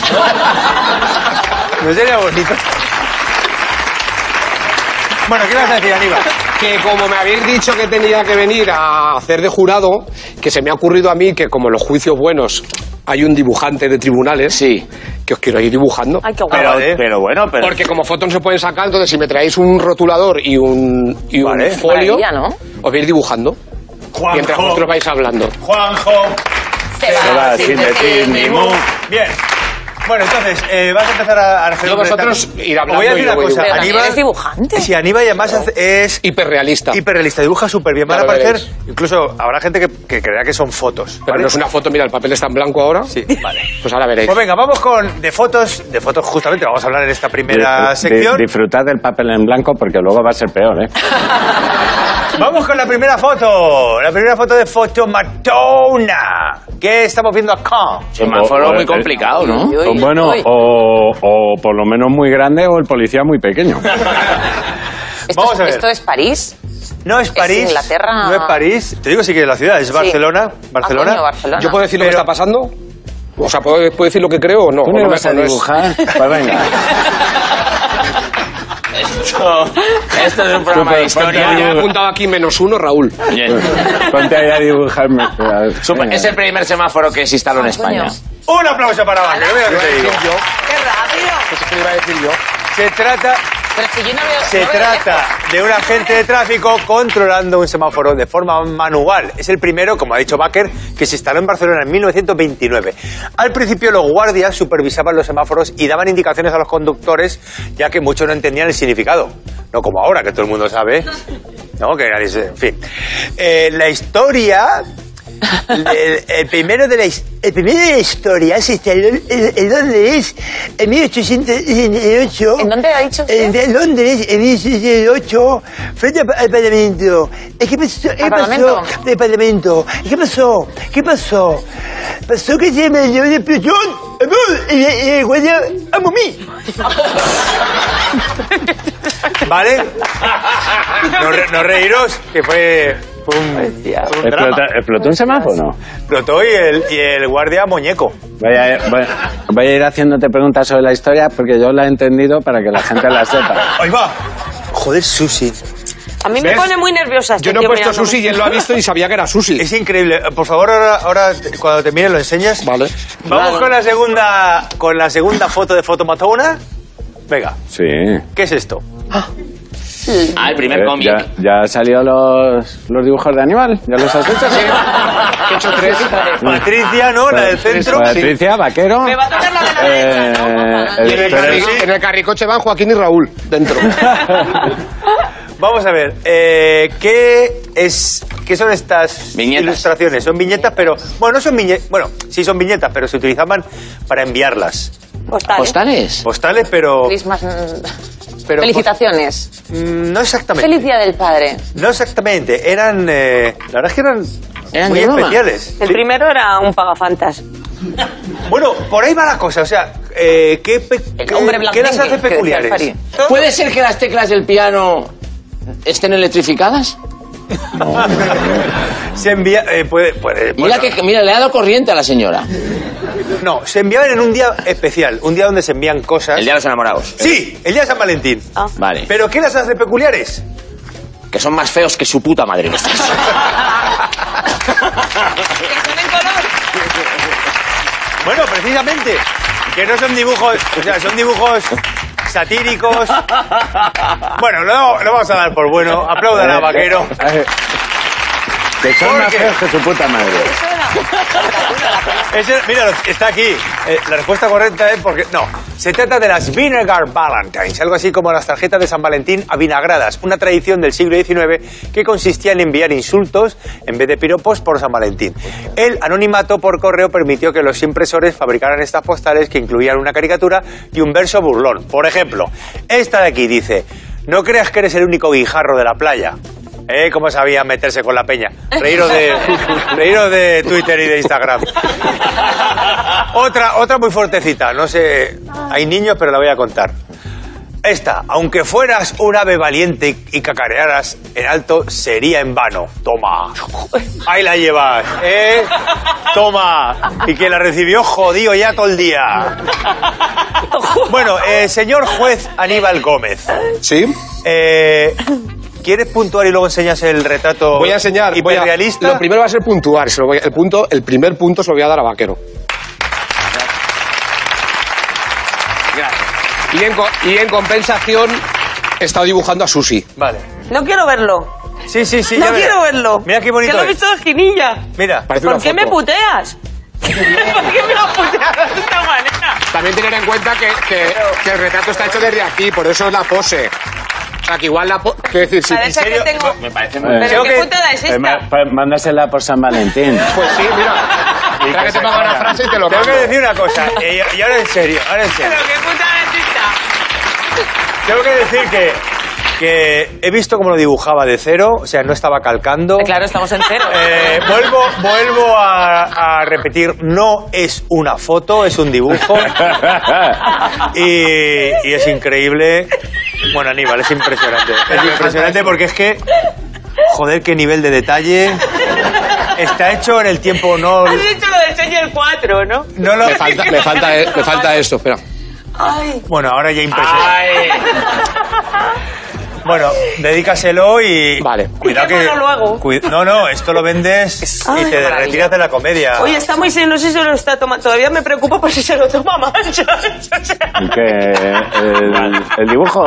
[SPEAKER 1] no sería bonito. Bueno, ¿qué vas a decir, Aníbal?
[SPEAKER 4] Que como me habéis dicho que tenía que venir a hacer de jurado, que se me ha ocurrido a mí que como en los juicios buenos hay un dibujante de tribunales,
[SPEAKER 5] Sí.
[SPEAKER 4] que os quiero ir dibujando.
[SPEAKER 7] Ay, qué guapo.
[SPEAKER 5] Pero,
[SPEAKER 1] Vale.
[SPEAKER 5] pero bueno, pero.
[SPEAKER 4] Porque como fotos no se pueden sacar, entonces si me traéis un rotulador y un, y un
[SPEAKER 1] Vale.
[SPEAKER 4] folio,
[SPEAKER 3] Maravilla, ¿no?
[SPEAKER 4] os voy a ir dibujando mientras vosotros vais hablando.
[SPEAKER 1] Juanjo,
[SPEAKER 3] Se
[SPEAKER 5] Se va sin decir ni mu.
[SPEAKER 1] Bien. Bueno, entonces, eh, vas a empezar a a hacer...
[SPEAKER 4] Yo
[SPEAKER 1] un
[SPEAKER 4] vosotros
[SPEAKER 1] recital.
[SPEAKER 4] ir hablando
[SPEAKER 1] Os Voy a
[SPEAKER 4] y
[SPEAKER 1] decir
[SPEAKER 4] yo
[SPEAKER 1] una
[SPEAKER 4] voy
[SPEAKER 3] dibujando.
[SPEAKER 1] cosa.
[SPEAKER 3] Pero también
[SPEAKER 1] Aníbal...
[SPEAKER 3] eres dibujante.
[SPEAKER 1] Sí, Aníbal y además hace- es...
[SPEAKER 4] Hiperrealista.
[SPEAKER 1] Hiperrealista, dibuja súper bien. Van a
[SPEAKER 4] Ya lo
[SPEAKER 1] aparecer,
[SPEAKER 4] veréis.
[SPEAKER 1] incluso habrá gente que, que crea que son fotos.
[SPEAKER 4] Pero
[SPEAKER 1] ¿vale?
[SPEAKER 4] no es una foto, mira, el papel está en blanco ahora.
[SPEAKER 1] Sí, vale.
[SPEAKER 4] Pues ahora veréis.
[SPEAKER 1] Pues venga, vamos con de fotos, de fotos justamente, vamos a hablar en esta primera
[SPEAKER 2] Disfru-
[SPEAKER 1] sección.
[SPEAKER 2] di- disfrutad del papel en blanco porque luego va a ser peor, ¿eh?
[SPEAKER 1] Vamos con la primera foto, la primera foto de Fotomatona. ¿Qué estamos viendo acá?
[SPEAKER 5] Es un foro muy complicado, ¿no?
[SPEAKER 3] Uy,
[SPEAKER 2] O
[SPEAKER 3] uy,
[SPEAKER 2] bueno,
[SPEAKER 3] uy.
[SPEAKER 2] o, o por lo menos muy grande o el policía muy pequeño.
[SPEAKER 3] Esto,
[SPEAKER 1] Vamos
[SPEAKER 3] es,
[SPEAKER 1] a ver.
[SPEAKER 3] esto es París.
[SPEAKER 1] No es París.
[SPEAKER 3] Inglaterra.
[SPEAKER 1] No es París. Te digo sí que es la ciudad, es Barcelona. Barcelona.
[SPEAKER 3] Ah, coño, Barcelona.
[SPEAKER 4] ¿Yo puedo decir lo que está pasando? O sea, ¿puedo, puedo decir lo que creo o no?
[SPEAKER 2] ¿Tú
[SPEAKER 4] ¿O
[SPEAKER 2] no
[SPEAKER 4] no
[SPEAKER 2] ibas
[SPEAKER 4] me-
[SPEAKER 2] a
[SPEAKER 4] o no es-
[SPEAKER 2] dibujar? Pues venga.
[SPEAKER 5] Esto, esto es un programa de
[SPEAKER 4] Ya me he
[SPEAKER 5] historia.
[SPEAKER 4] apuntado aquí menos uno, Raúl.
[SPEAKER 5] Bien.
[SPEAKER 2] pues, Ponte ahí a dibujarme. Venga.
[SPEAKER 5] Es el primer semáforo que se instaló en
[SPEAKER 3] Ah,
[SPEAKER 5] España.
[SPEAKER 1] Un aplauso para Vázquez, mira lo que te digo.
[SPEAKER 3] ¡Qué rápido!
[SPEAKER 1] Se trata,
[SPEAKER 3] Pero si yo no veo...
[SPEAKER 1] se
[SPEAKER 3] no veo
[SPEAKER 1] trata de un agente de tráfico controlando un semáforo de forma manual. Es el primero, como ha dicho Baker, que se instaló en Barcelona en 1929. Al principio los guardias supervisaban los semáforos y daban indicaciones a los conductores, ya que muchos no entendían el significado. No como ahora, que todo el mundo sabe. No, que nadie se- En fin. Eh, la historia el, el primero de la, his- el primero de la historia se instaló en, en Londres en 1868.
[SPEAKER 3] ¿En dónde ha dicho usted?
[SPEAKER 1] En, en Londres en 1868, frente al, al Parlamento. Eh, ¿Qué pasó? ¿Qué
[SPEAKER 3] ¿Al
[SPEAKER 1] pasó?
[SPEAKER 3] Parlamento?
[SPEAKER 1] Del Parlamento. ¿Qué pasó? ¿Qué pasó? Pasó que se me llevó de prisión eh, eh, eh, el guardia a mí. ¿Vale? No, re- no reíros, que fue, fue un, fue un drama.
[SPEAKER 2] ¿Explota- ¿Explotó un semáforo?
[SPEAKER 1] Explotó y el, y el guardia muñeco.
[SPEAKER 2] Voy a, voy- voy a ir haciéndote preguntas sobre la historia porque yo la he entendido para que la gente la sepa.
[SPEAKER 1] Ahí va. Joder, Susi.
[SPEAKER 7] A mí me
[SPEAKER 4] ¿Ves?
[SPEAKER 7] pone muy nerviosa este
[SPEAKER 4] Yo no he
[SPEAKER 7] tío
[SPEAKER 4] puesto
[SPEAKER 7] mirándome.
[SPEAKER 4] Susi y él lo ha visto y sabía que era Susi.
[SPEAKER 1] Es increíble. Por favor, ahora, ahora te- cuando termine lo enseñas.
[SPEAKER 4] Vale.
[SPEAKER 1] Vamos con la segunda con la segunda foto de Fotomatona. Venga,
[SPEAKER 2] Sí.
[SPEAKER 1] ¿qué es esto?
[SPEAKER 5] Ah, el primer
[SPEAKER 2] Eh,
[SPEAKER 5] cómic.
[SPEAKER 2] ¿Ya, ya han salido los, los dibujos de animal? ¿Ya los has hecho?
[SPEAKER 4] He hecho tres.
[SPEAKER 1] Patricia, ¿no? La del centro.
[SPEAKER 2] Pues, Patricia, vaquero.
[SPEAKER 3] Me va a tocar la de la derecha,
[SPEAKER 7] Pues
[SPEAKER 2] Eh,
[SPEAKER 3] ¿no?
[SPEAKER 2] el-
[SPEAKER 4] Y en el,
[SPEAKER 1] Pero
[SPEAKER 4] carri-
[SPEAKER 1] sí.
[SPEAKER 4] en el carricoche van Joaquín y Raúl dentro.
[SPEAKER 1] Vamos a ver. eh, ¿qué, es, ¿Qué son estas
[SPEAKER 5] Viñetas.
[SPEAKER 1] ilustraciones? Son viñetas, pero. Bueno, no son viñetas. Bueno, sí son viñetas, pero se utilizaban para enviarlas.
[SPEAKER 7] Postal, ¿eh?
[SPEAKER 5] ¿Postales?
[SPEAKER 1] Postales, pero.
[SPEAKER 3] Christmas, mm,
[SPEAKER 1] pero
[SPEAKER 3] Felicitaciones.
[SPEAKER 1] Mm, No exactamente.
[SPEAKER 3] Feliz Día del Padre.
[SPEAKER 1] No exactamente, eran... eh, la verdad es que eran,
[SPEAKER 5] Eran
[SPEAKER 1] muy
[SPEAKER 5] de broma.
[SPEAKER 1] especiales.
[SPEAKER 7] El
[SPEAKER 1] Sí.
[SPEAKER 7] primero era un pagafantas.
[SPEAKER 1] Bueno, por ahí va la cosa, o sea, eh, ¿qué, pe-
[SPEAKER 3] El hombre
[SPEAKER 1] qué- qué las
[SPEAKER 3] blandengue, que
[SPEAKER 1] hace
[SPEAKER 3] decía el
[SPEAKER 1] peculiares?
[SPEAKER 5] ¿Puede ser que las teclas del piano estén electrificadas?
[SPEAKER 1] Se envía... eh, puede, puede-
[SPEAKER 5] Mira,
[SPEAKER 1] bueno,
[SPEAKER 5] que, mira, le ha dado corriente a la señora.
[SPEAKER 1] No, se enviaban en un día especial, un día donde se envían cosas...
[SPEAKER 5] El día de los enamorados.
[SPEAKER 1] Sí, el día de San Valentín.
[SPEAKER 7] Ah.
[SPEAKER 5] Vale.
[SPEAKER 1] ¿Pero qué las hace peculiares?
[SPEAKER 5] Que son más feos que su puta madre. los tres.
[SPEAKER 3] Que son en color.
[SPEAKER 1] Bueno, precisamente, que no son dibujos, o sea, son dibujos satíricos. Bueno, lo, lo vamos a dar por bueno. Aplaudan a vaquero.
[SPEAKER 2] Eh, Que son más
[SPEAKER 1] Porque-
[SPEAKER 2] feos que su puta madre.
[SPEAKER 1] Ese- mira, los- está aquí. Eh, la respuesta correcta es porque. No. Se trata de las Vinegar Valentines, algo así como las tarjetas de San Valentín avinagradas, una tradición del siglo XIX que consistía en enviar insultos en vez de piropos por San Valentín. El anonimato por correo permitió que los impresores fabricaran estas postales que incluían una caricatura y un verso burlón. Por ejemplo, esta de aquí dice: No creas que eres el único guijarro de la playa. ¿Eh? ¿Cómo sabía meterse con la peña? Reíros de, reíros de Twitter y de Instagram. Otra, otra muy fuertecita, no sé, hay niños, pero la voy a contar. Esta, aunque fueras un ave valiente y cacarearas en alto, sería en vano. Toma. Ahí la llevas, ¿eh? Toma. Y que la recibió jodido ya todo el día. Bueno, eh, señor juez Aníbal Gómez,
[SPEAKER 4] ¿Sí?
[SPEAKER 1] eh, ¿quieres puntuar y luego enseñas el retrato
[SPEAKER 4] Voy a enseñar. voy a-
[SPEAKER 1] hiperrealista?
[SPEAKER 4] lo primero va a ser puntuar. se lo voy a- el, punto, el primer punto se lo voy a dar a Vaquero. Y en, co- y en compensación he estado dibujando a Susi.
[SPEAKER 1] Vale.
[SPEAKER 7] No quiero verlo.
[SPEAKER 1] Sí, sí, sí.
[SPEAKER 7] no
[SPEAKER 1] ya verás.
[SPEAKER 7] quiero verlo.
[SPEAKER 1] Mira qué bonito.
[SPEAKER 7] Que lo he
[SPEAKER 1] es.
[SPEAKER 7] visto de esquinilla.
[SPEAKER 1] Mira.
[SPEAKER 4] Parece
[SPEAKER 7] ¿Por
[SPEAKER 4] una
[SPEAKER 7] qué
[SPEAKER 4] foto.
[SPEAKER 7] me puteas? ¿Por qué me lo puteas de esta manera?
[SPEAKER 4] También tener en cuenta que, que- que el retrato está hecho desde aquí, por eso es la pose. O sea, que igual la pose... Quiero decir, sí.
[SPEAKER 7] Parece que
[SPEAKER 1] serio?
[SPEAKER 7] tengo...
[SPEAKER 6] Me parece muy...
[SPEAKER 2] Eh,
[SPEAKER 7] ¿Pero
[SPEAKER 1] creo
[SPEAKER 7] qué
[SPEAKER 1] que-
[SPEAKER 7] putada es
[SPEAKER 2] eh, ma-
[SPEAKER 7] esta?
[SPEAKER 2] pa- mándasela por San Valentín.
[SPEAKER 4] Pues sí, mira.
[SPEAKER 2] Y
[SPEAKER 4] Espera
[SPEAKER 2] que
[SPEAKER 4] que te
[SPEAKER 2] se
[SPEAKER 4] pongo una
[SPEAKER 2] joda.
[SPEAKER 4] frase y te lo
[SPEAKER 1] Tengo que
[SPEAKER 4] cambio.
[SPEAKER 1] decir una cosa, y, y ahora en serio, ahora en serio.
[SPEAKER 7] ¿Pero qué putada es esta?
[SPEAKER 1] Tengo que decir que, que he visto cómo lo dibujaba de cero, o sea, no estaba calcando.
[SPEAKER 3] Claro, estamos en cero.
[SPEAKER 1] Eh, vuelvo vuelvo a, a repetir, no es una foto, es un dibujo. Y, y es increíble. Bueno, Aníbal, es impresionante. Es impresionante porque es que, joder, qué nivel de detalle. Está hecho en el tiempo no...
[SPEAKER 7] Has hecho lo del señor 4, ¿no?
[SPEAKER 1] no lo,
[SPEAKER 4] Me falta, me, falta, e, me falta esto, espera.
[SPEAKER 7] Ay,
[SPEAKER 1] bueno, ahora ya impresionante.
[SPEAKER 6] ¡Ay!
[SPEAKER 1] Bueno, dedícaselo y.
[SPEAKER 4] Vale.
[SPEAKER 1] Cuidado que.
[SPEAKER 7] Cuidémoslo luego.
[SPEAKER 1] Cui- no, no, esto lo vendes y
[SPEAKER 7] Ay,
[SPEAKER 1] te
[SPEAKER 7] maravilla.
[SPEAKER 1] retiras de la comedia.
[SPEAKER 7] oye, está muy serio, no sé si se lo está tomando. Todavía me preocupa por si se lo toma manchas. O sea,
[SPEAKER 2] Que eh, el, el dibujo,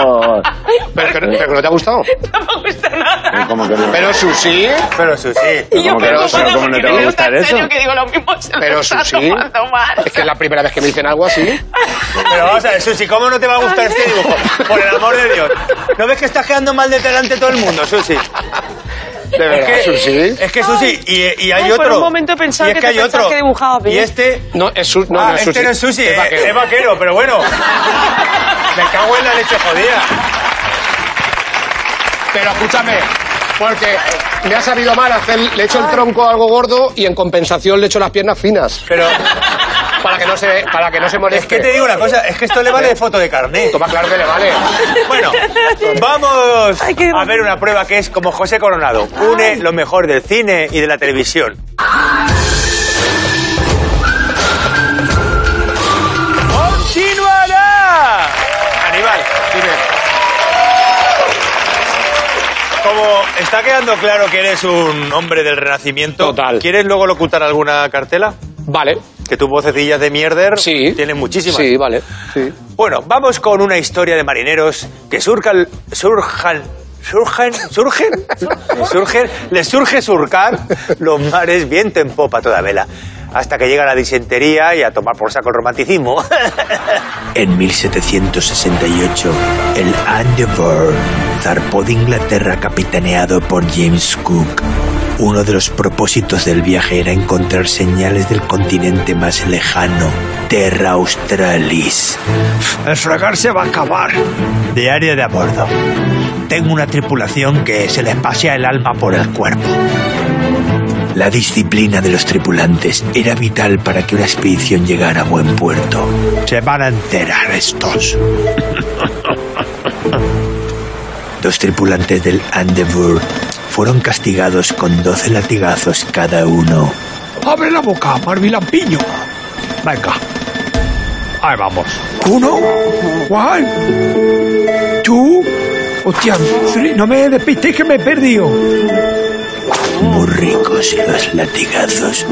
[SPEAKER 4] Pero, que no- pero que no te ha gustado.
[SPEAKER 7] no me gusta
[SPEAKER 2] eh,
[SPEAKER 7] nada.
[SPEAKER 2] como que no-
[SPEAKER 4] Pero Susi...
[SPEAKER 1] Pero Susi.
[SPEAKER 7] Y yo
[SPEAKER 2] ¿cómo que no?
[SPEAKER 7] preocupada
[SPEAKER 2] Pero ¿cómo no
[SPEAKER 7] porque
[SPEAKER 2] te va
[SPEAKER 7] me
[SPEAKER 2] a
[SPEAKER 7] veo
[SPEAKER 2] gustar
[SPEAKER 7] tan serio
[SPEAKER 2] eso?
[SPEAKER 7] que digo lo mismo se lo
[SPEAKER 4] Pero
[SPEAKER 7] está
[SPEAKER 4] Susi...
[SPEAKER 7] tomando mal.
[SPEAKER 4] Es que es la primera vez que me dicen algo así.
[SPEAKER 1] Pero vamos a ver, Susi, ¿cómo no te va a gustar este dibujo? Por el amor de Dios. ¿No ves que estás quedando mal de delante todo el mundo, Susi?
[SPEAKER 4] De verdad, Susi.
[SPEAKER 1] Es que Susi, y, y hay
[SPEAKER 7] Ay, por
[SPEAKER 1] otro.
[SPEAKER 7] un momento he pensado
[SPEAKER 1] y es
[SPEAKER 7] que
[SPEAKER 1] que,
[SPEAKER 7] te
[SPEAKER 1] hay
[SPEAKER 7] pensabas
[SPEAKER 1] otro.
[SPEAKER 7] que dibujaba bien.
[SPEAKER 1] y este.
[SPEAKER 4] No, es Susi. No,
[SPEAKER 1] ah,
[SPEAKER 4] no es
[SPEAKER 1] este
[SPEAKER 4] Susi. eh,
[SPEAKER 1] no es Susi, es
[SPEAKER 4] vaquero.
[SPEAKER 1] es vaquero, pero bueno. Me cago en la leche jodida.
[SPEAKER 4] Pero escúchame, porque me ha sabido mal hacer, le echo el tronco algo gordo y en compensación le echo las piernas finas.
[SPEAKER 1] Pero
[SPEAKER 4] Para que no se, para que no se
[SPEAKER 1] es
[SPEAKER 4] moleste.
[SPEAKER 1] que te digo una cosa, es que esto le vale de foto de carnet.
[SPEAKER 4] Toma, claro que le vale.
[SPEAKER 1] Bueno, vamos
[SPEAKER 7] Ay, qué
[SPEAKER 1] a ver una prueba que es como José Coronado. Une lo mejor del cine y de la televisión. ¡Continuará! Aníbal, dime. Como está quedando claro que eres un hombre del renacimiento,
[SPEAKER 4] Total.
[SPEAKER 1] ¿quieres luego locutar alguna cartela?
[SPEAKER 4] Vale.
[SPEAKER 1] Que tus vocecillas de mierder
[SPEAKER 4] Sí.
[SPEAKER 1] tienen muchísimas.
[SPEAKER 4] Sí, vale. Sí.
[SPEAKER 1] Bueno, vamos con una historia de marineros que surcan, surjan, surgen, surgen, surgen, les surge surcar los mares viento en popa a toda vela, hasta que llega la disentería y a tomar por saco el romanticismo.
[SPEAKER 8] En 1768, el Endeavour zarpó de Inglaterra capitaneado por James Cook. Uno de los propósitos del viaje era encontrar señales del continente más lejano, Terra Australis. El fragor se va a acabar. Diario de a bordo. Tengo una tripulación que se les pasea el alma por el cuerpo. La disciplina de los tripulantes era vital para que una expedición llegara a buen puerto. Se van a enterar estos. Dos tripulantes del Endeavour fueron castigados con 12 latigazos cada uno. ¡Abre la boca, Marvilampiño! Venga. Ahí vamos. Uno, one, two, hostia, three. No me despistéis que me he perdido muy ricos y los latigazos.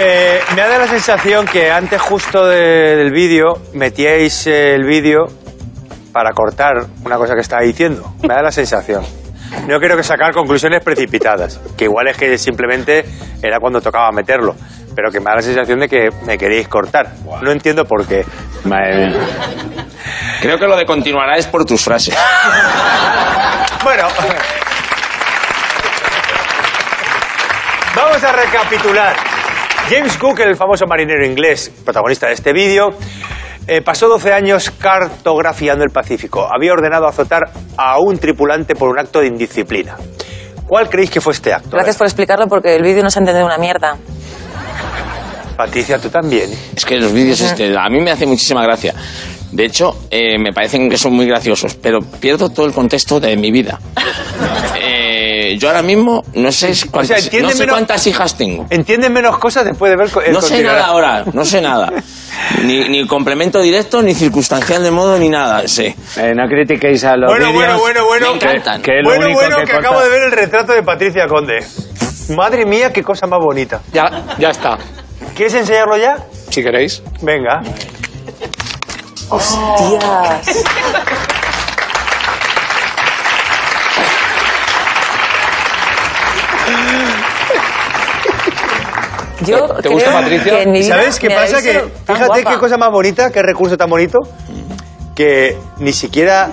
[SPEAKER 1] Eh, me ha dado la sensación que antes justo de- del vídeo metíais eh, el vídeo para cortar una cosa que estaba diciendo. Me da la sensación. No quiero que sacar conclusiones precipitadas, que igual es que simplemente era cuando tocaba meterlo, pero que me da la sensación de que me queréis cortar. No entiendo por qué.
[SPEAKER 2] Madre mía.
[SPEAKER 5] Creo que lo de continuará es por tus frases.
[SPEAKER 1] Bueno. Vamos a recapitular. James Cook, el famoso marinero inglés, protagonista de este vídeo, eh, pasó 12 años cartografiando el Pacífico. Había ordenado azotar a un tripulante por un acto de indisciplina. ¿Cuál creéis que fue este acto?
[SPEAKER 3] Gracias por explicarlo porque el vídeo no se ha entendido una mierda.
[SPEAKER 1] Patricia, tú también.
[SPEAKER 5] Es que los vídeos este, a mí me hace muchísima gracia. De hecho, eh, me parecen que son muy graciosos, pero pierdo todo el contexto de mi vida. Eh, yo ahora mismo no sé, cuántas,
[SPEAKER 1] sea, entiende
[SPEAKER 5] no sé
[SPEAKER 1] menos-
[SPEAKER 5] cuántas hijas tengo.
[SPEAKER 1] Entienden menos cosas después de ver co- el
[SPEAKER 5] No sé
[SPEAKER 1] continuar.
[SPEAKER 5] nada ahora, no sé nada. Ni, ni complemento directo, ni circunstancial de modo, ni nada. Sí.
[SPEAKER 2] Eh, no critiquéis a los
[SPEAKER 1] Bueno, bueno,
[SPEAKER 2] vídeos,
[SPEAKER 1] bueno, bueno.
[SPEAKER 5] Me encantan.
[SPEAKER 2] Que es lo
[SPEAKER 1] Bueno,
[SPEAKER 2] único
[SPEAKER 1] bueno, que,
[SPEAKER 2] que,
[SPEAKER 1] acabo
[SPEAKER 2] corta.
[SPEAKER 1] de ver el retrato de Patricia Conde. Madre mía, qué cosa más bonita.
[SPEAKER 4] Ya, ya está.
[SPEAKER 1] ¿Quieres enseñarlo ya?
[SPEAKER 4] Si queréis.
[SPEAKER 1] Venga.
[SPEAKER 3] Hostias. Yo
[SPEAKER 4] ¿Te gusta
[SPEAKER 3] creo
[SPEAKER 4] Patricia?
[SPEAKER 3] que en mi
[SPEAKER 1] ¿Y
[SPEAKER 3] vida
[SPEAKER 1] sabes qué
[SPEAKER 3] me
[SPEAKER 1] pasa?
[SPEAKER 3] habéis
[SPEAKER 1] Que
[SPEAKER 3] sido tan
[SPEAKER 1] fíjate
[SPEAKER 3] guapa.
[SPEAKER 1] qué cosa más bonita, qué recurso tan bonito, que ni siquiera,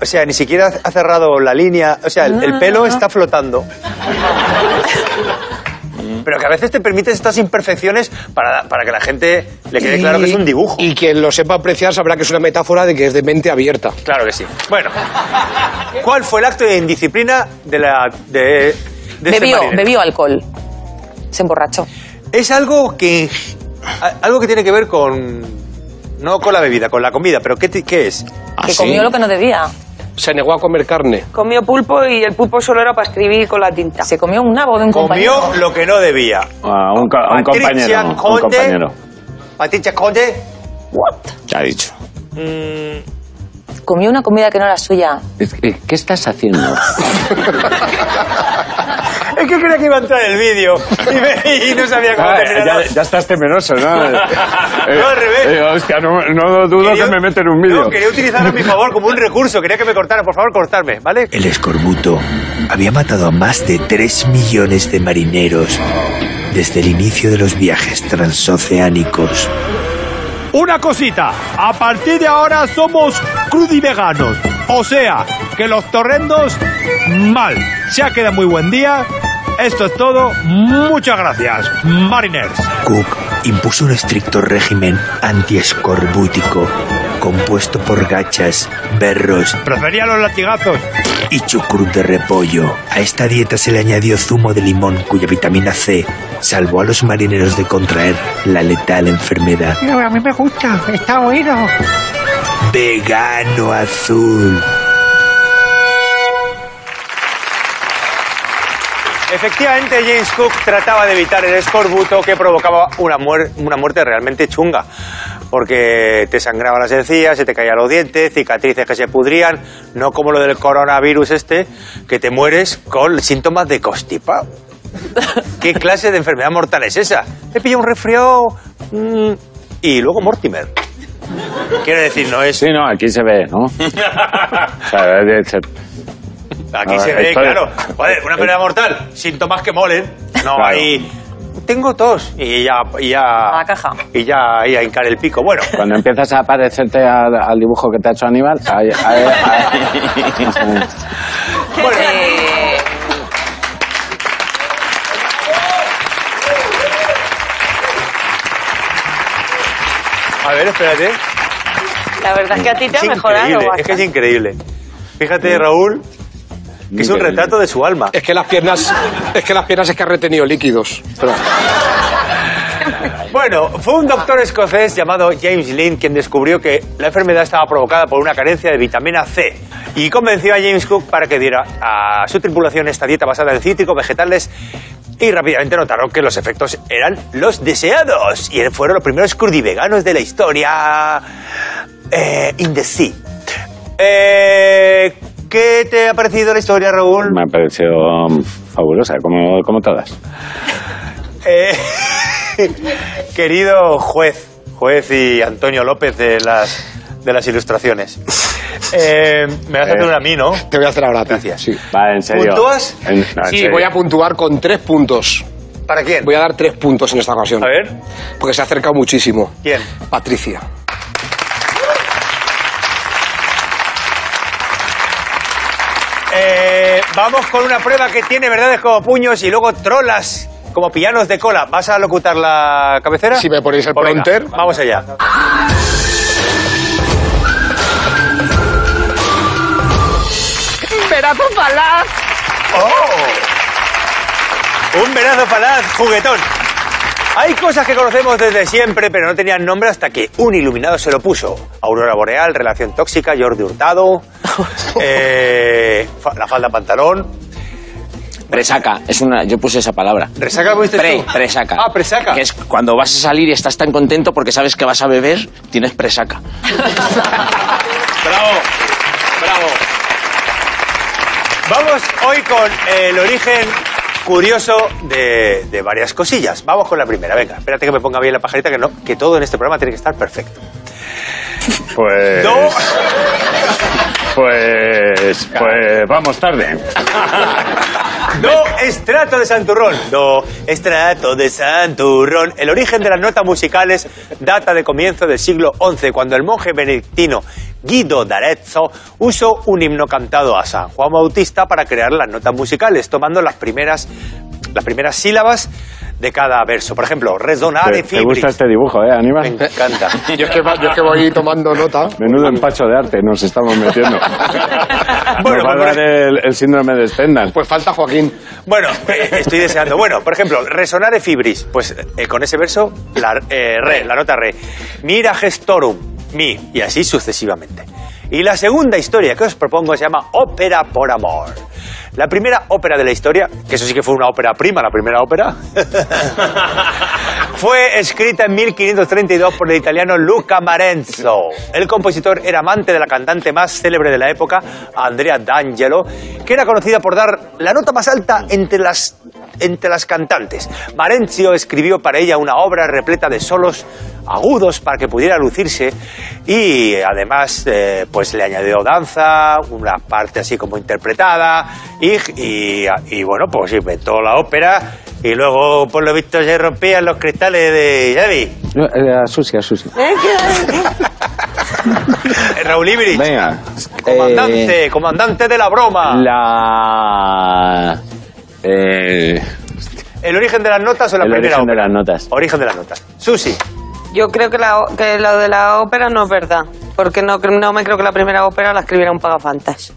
[SPEAKER 1] o sea, ni siquiera ha cerrado la línea, o sea, el, el pelo está flotando. Pero que a veces te permites estas imperfecciones para, para que la gente le quede claro que es un dibujo.
[SPEAKER 4] Y quien lo sepa apreciar sabrá que es una metáfora de que es de mente abierta.
[SPEAKER 1] Claro que sí. Bueno, ¿cuál fue el acto de indisciplina de la de, de este
[SPEAKER 3] bebió,
[SPEAKER 1] marinero?
[SPEAKER 3] bebió alcohol. Se emborrachó.
[SPEAKER 1] Es algo que a- algo que tiene que ver con no con la bebida, con la comida, pero ¿qué, ti- qué es?
[SPEAKER 5] ¿Ah,
[SPEAKER 3] que
[SPEAKER 5] sí?
[SPEAKER 3] comió lo que no debía.
[SPEAKER 4] Se negó a comer carne.
[SPEAKER 7] Comió pulpo y el pulpo solo era para escribir con la tinta.
[SPEAKER 3] Se comió un nabo de un compañero.
[SPEAKER 1] Comió lo que no debía.
[SPEAKER 2] Ah, un, co- un
[SPEAKER 1] Patricia
[SPEAKER 2] compañero. Un
[SPEAKER 1] Conde.
[SPEAKER 2] compañero.
[SPEAKER 1] Patricia Conde,
[SPEAKER 5] Ya he dicho.
[SPEAKER 3] Comió una comida que no era suya.
[SPEAKER 2] Es que- ¿Qué estás haciendo?
[SPEAKER 1] es que creía que iba a entrar el vídeo y, me- y no sabía cómo
[SPEAKER 2] Ah,
[SPEAKER 1] terminarlo.
[SPEAKER 2] ya, ya estás temeroso, ¿no?
[SPEAKER 1] No, al revés.
[SPEAKER 2] eh, hostia, no, no dudo
[SPEAKER 1] Quería-
[SPEAKER 2] que me meten un vídeo.
[SPEAKER 1] No, quería utilizarlo a mi favor como un recurso. Quería que me cortara. Por favor, cortarme, ¿vale?
[SPEAKER 8] El escorbuto había matado a más de 3 millones de marineros desde el inicio de los viajes transoceánicos.
[SPEAKER 9] Una cosita, a partir de ahora somos crudiveganos. O sea, que los torrendos, mal. Ya queda muy buen día. Esto es todo. Muchas gracias, Mariners.
[SPEAKER 8] Cook impuso un estricto régimen antiescorbútico compuesto por gachas, berros
[SPEAKER 9] Prefería los latigazos.
[SPEAKER 8] y chucrut de repollo. A esta dieta se le añadió zumo de limón cuya vitamina C salvó a los marineros de contraer la letal enfermedad.
[SPEAKER 9] a mí me gusta, está bueno.
[SPEAKER 8] Vegano azul.
[SPEAKER 1] Efectivamente, James Cook trataba de evitar el escorbuto que provocaba una, muer- una muerte realmente chunga. Porque te sangraban las encías, se te caían los dientes, cicatrices que se pudrían, no como lo del coronavirus este, que te mueres con síntomas de constipado. ¿Qué clase de enfermedad mortal es esa? Te pilla un resfriado mm, y luego Mortimer. Quiero decir, no es...
[SPEAKER 2] Sí, no, aquí se ve, ¿no? O sea, eh, se-
[SPEAKER 1] Aquí
[SPEAKER 2] A
[SPEAKER 1] se
[SPEAKER 2] ver,
[SPEAKER 1] ve,
[SPEAKER 2] esto es-
[SPEAKER 1] claro. Joder, una enfermedad mortal. Síntomas que molen. No,
[SPEAKER 2] Claro.
[SPEAKER 1] ahí. Tengo tos. Y ya. Y ya
[SPEAKER 3] A la caja.
[SPEAKER 1] Y ya, y a hincar el pico. Bueno.
[SPEAKER 2] cuando empiezas a parecerte a- al dibujo que te ha hecho Aníbal, ahí- ahí- ahí-
[SPEAKER 1] bueno.
[SPEAKER 3] Eh,
[SPEAKER 1] A ver, espérate.
[SPEAKER 7] La verdad es que a ti te
[SPEAKER 1] Es
[SPEAKER 7] ha mejorado
[SPEAKER 1] increíble. Es que es
[SPEAKER 7] bastante.
[SPEAKER 1] increíble. Fíjate, Raúl, que es un
[SPEAKER 2] Mm. Increíble.
[SPEAKER 1] retrato de su alma.
[SPEAKER 4] Es que las piernas, es que las piernas es que ha retenido líquidos. Pero-
[SPEAKER 1] Bueno, fue un doctor escocés llamado James Lynn quien descubrió que la enfermedad estaba provocada por una carencia de vitamina C y convenció a James Cook para que diera a su tripulación esta dieta basada en cítricos, vegetales y rápidamente notaron que los efectos eran los deseados y fueron los primeros crudiveganos de la historia eh, in the sea. Eh, ¿Qué te ha parecido la historia, Raúl?
[SPEAKER 2] me ha parecido um, fabulosa, como, como todas.
[SPEAKER 1] Eh, Querido juez, juez y Antonio López de las, de las ilustraciones. Eh, me vas a hacer una a mí, ¿no?
[SPEAKER 4] Te voy a hacer ahora a ti.
[SPEAKER 1] Gracias.
[SPEAKER 4] Sí.
[SPEAKER 2] Va, en serio.
[SPEAKER 1] ¿Puntúas?
[SPEAKER 2] En- no, en
[SPEAKER 4] Sí,
[SPEAKER 2] serio.
[SPEAKER 4] voy a puntuar con tres puntos.
[SPEAKER 1] ¿Para quién?
[SPEAKER 4] Voy a dar tres puntos en esta ocasión.
[SPEAKER 1] A ver.
[SPEAKER 4] Porque se ha acercado muchísimo.
[SPEAKER 1] ¿Quién?
[SPEAKER 4] Patricia.
[SPEAKER 1] Eh, vamos con una prueba que tiene verdades como puños y luego trolas como pianos de cola. ¿Vas a locutar la cabecera?
[SPEAKER 4] Si me ponéis el
[SPEAKER 1] Pues venga,
[SPEAKER 4] prompter.
[SPEAKER 1] Vamos allá.
[SPEAKER 7] Verazo Palaz.
[SPEAKER 1] Oh. Un verazo falaz, juguetón. Hay cosas que conocemos desde siempre, pero no tenían nombre hasta que un iluminado se lo puso. Aurora Boreal, Relación Tóxica, Jordi Hurtado, eh, fa- la falda pantalón.
[SPEAKER 5] Presaca, es una, yo puse esa palabra.
[SPEAKER 1] ¿Resaca lo pusiste
[SPEAKER 5] Pre,
[SPEAKER 1] tú?
[SPEAKER 5] presaca.
[SPEAKER 1] Ah, presaca.
[SPEAKER 5] Que es cuando vas a salir y estás tan contento porque sabes que vas a beber, tienes presaca.
[SPEAKER 6] Bravo, bravo.
[SPEAKER 1] Vamos hoy con eh, el origen curioso de, de varias cosillas. Vamos con la primera, venga. Espérate que me ponga bien la pajarita, que, no, que todo en este programa tiene que estar perfecto.
[SPEAKER 8] Eh,
[SPEAKER 10] Pues.
[SPEAKER 1] No.
[SPEAKER 10] Pues. Pues vamos tarde.
[SPEAKER 1] Do estrato de Santurrón. Do estrato de Santurrón. El origen de las notas musicales data de comienzo del siglo XI, cuando el monje benedictino Guido d'Arezzo usó un himno cantado a San Juan Bautista para crear las notas musicales, tomando las primeras, las primeras sílabas de cada verso. Por ejemplo,
[SPEAKER 2] Te,
[SPEAKER 4] Ah,
[SPEAKER 1] resonare
[SPEAKER 2] te gusta
[SPEAKER 1] fibris.
[SPEAKER 2] este dibujo, ¿eh,
[SPEAKER 1] Me
[SPEAKER 2] Aníbal?
[SPEAKER 1] encanta.
[SPEAKER 4] Yo es que, va- yo es que voy tomando nota.
[SPEAKER 2] Menudo empacho de arte nos estamos metiendo.
[SPEAKER 1] Bueno,
[SPEAKER 2] Nos va a
[SPEAKER 1] pues-
[SPEAKER 2] dar el, el síndrome de Stendhal.
[SPEAKER 4] Pues falta Joaquín.
[SPEAKER 1] Bueno, eh, estoy deseando. Bueno, por ejemplo, resonare fibris. Pues eh, con ese verso, la eh, re, la nota re. Mira gestorum, mi, y así sucesivamente. Y la segunda historia que os propongo se llama Ópera por Amor. La primera ópera de la historia, que eso sí que fue una ópera prima, la primera ópera, fue escrita en 1532 por el italiano Luca Marenzo. El compositor era amante de la cantante más célebre de la época, Andrea D'Angelo, que era conocida por dar la nota más alta entre las, entre las cantantes. Marenzio escribió para ella una obra repleta de solos agudos para que pudiera lucirse y además eh, pues le añadió danza, una parte así como interpretada y, y- y, bueno pues inventó la ópera y luego por lo visto se rompían los cristales de Javi.
[SPEAKER 2] No, eh, a Susi, a Susi.
[SPEAKER 1] Eh, Raúl Ibrich,
[SPEAKER 2] Venga. Eh,
[SPEAKER 1] comandante, comandante de la broma.
[SPEAKER 4] Ah.
[SPEAKER 2] La. eh,
[SPEAKER 1] ¿El origen de las notas o la
[SPEAKER 2] el
[SPEAKER 1] primera
[SPEAKER 2] origen de
[SPEAKER 1] ópera?
[SPEAKER 2] las notas.
[SPEAKER 1] Origen de las notas. Susi,
[SPEAKER 7] Yo creo que, la, o- que lo de la ópera no es verdad, porque no, cre- no me creo que la primera ópera la escribiera un pagafantas.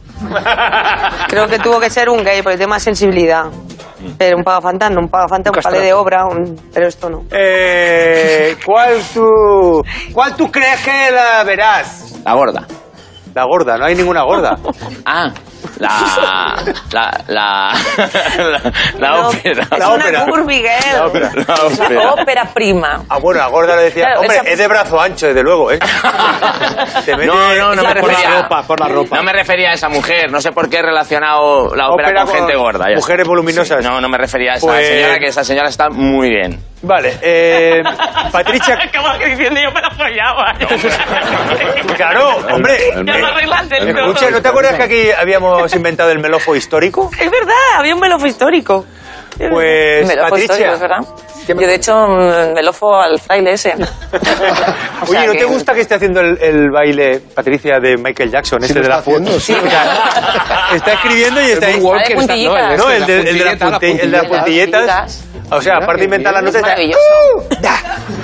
[SPEAKER 7] Creo que tuvo que ser un gay por el tema de sensibilidad. Pero un pagafantas, no un pagafantas, un palé de obra, un- pero esto no.
[SPEAKER 1] eh, ¿cuál, tú, ¿cuál tú crees que la verás?
[SPEAKER 5] La gorda.
[SPEAKER 1] La gorda, no hay ninguna gorda.
[SPEAKER 5] Ah, la. La. La. La, la
[SPEAKER 7] No,
[SPEAKER 5] ópera.
[SPEAKER 7] Es
[SPEAKER 1] La
[SPEAKER 7] una
[SPEAKER 1] ópera.
[SPEAKER 7] curvy girl.
[SPEAKER 1] La ópera.
[SPEAKER 5] La ópera.
[SPEAKER 3] Ópera prima.
[SPEAKER 1] Ah, bueno, a Gorda le decía,
[SPEAKER 3] Claro,
[SPEAKER 1] hombre,
[SPEAKER 3] esa-
[SPEAKER 1] es de brazo ancho, desde luego, ¿eh? Se mete-
[SPEAKER 5] No, no, no me
[SPEAKER 1] por
[SPEAKER 5] refería.
[SPEAKER 1] la ropa, por la ropa.
[SPEAKER 5] No me refería a esa mujer. No sé por qué he relacionado la ópera,
[SPEAKER 1] Ópera
[SPEAKER 5] con,
[SPEAKER 1] con
[SPEAKER 5] gente gorda. ya.
[SPEAKER 1] mujeres voluminosas.
[SPEAKER 5] Sí, no, no me refería a esa
[SPEAKER 1] Pues-
[SPEAKER 5] señora, que esa señora está muy bien.
[SPEAKER 1] Vale, eh, Patricia,
[SPEAKER 3] Acabo diciendo yo me la follaba.
[SPEAKER 1] claro, hombre.
[SPEAKER 2] el-
[SPEAKER 3] Ya lo arreglaste,
[SPEAKER 1] eh,
[SPEAKER 3] pero-
[SPEAKER 1] Escucha, ¿no te acuerdas que aquí habíamos inventado el melofo histórico?
[SPEAKER 7] Es verdad, había un melofo histórico.
[SPEAKER 1] Pues,
[SPEAKER 3] Melofo
[SPEAKER 1] Patricia.
[SPEAKER 3] histórico, es verdad. Yo, de hecho, mm, me lofo al fraile ese. O sea
[SPEAKER 1] Oye, ¿no
[SPEAKER 3] que-
[SPEAKER 1] te gusta que esté haciendo el, el baile, Patricia, de Michael Jackson, este
[SPEAKER 4] lo
[SPEAKER 1] de la
[SPEAKER 4] está
[SPEAKER 1] fu-
[SPEAKER 4] haciendo, sí.
[SPEAKER 1] o sea, está escribiendo y está ahí.
[SPEAKER 4] Moonwalker
[SPEAKER 3] Está de
[SPEAKER 4] está- no,
[SPEAKER 3] puntillitas.
[SPEAKER 1] No,
[SPEAKER 4] este,
[SPEAKER 1] el de, el de las
[SPEAKER 4] puntilleta, la
[SPEAKER 1] punti- el de las
[SPEAKER 3] puntilleta.
[SPEAKER 1] puntillitas. O sea, aparte de inventar las
[SPEAKER 3] Es
[SPEAKER 1] notas, está-
[SPEAKER 3] maravilloso.
[SPEAKER 4] puntilleta.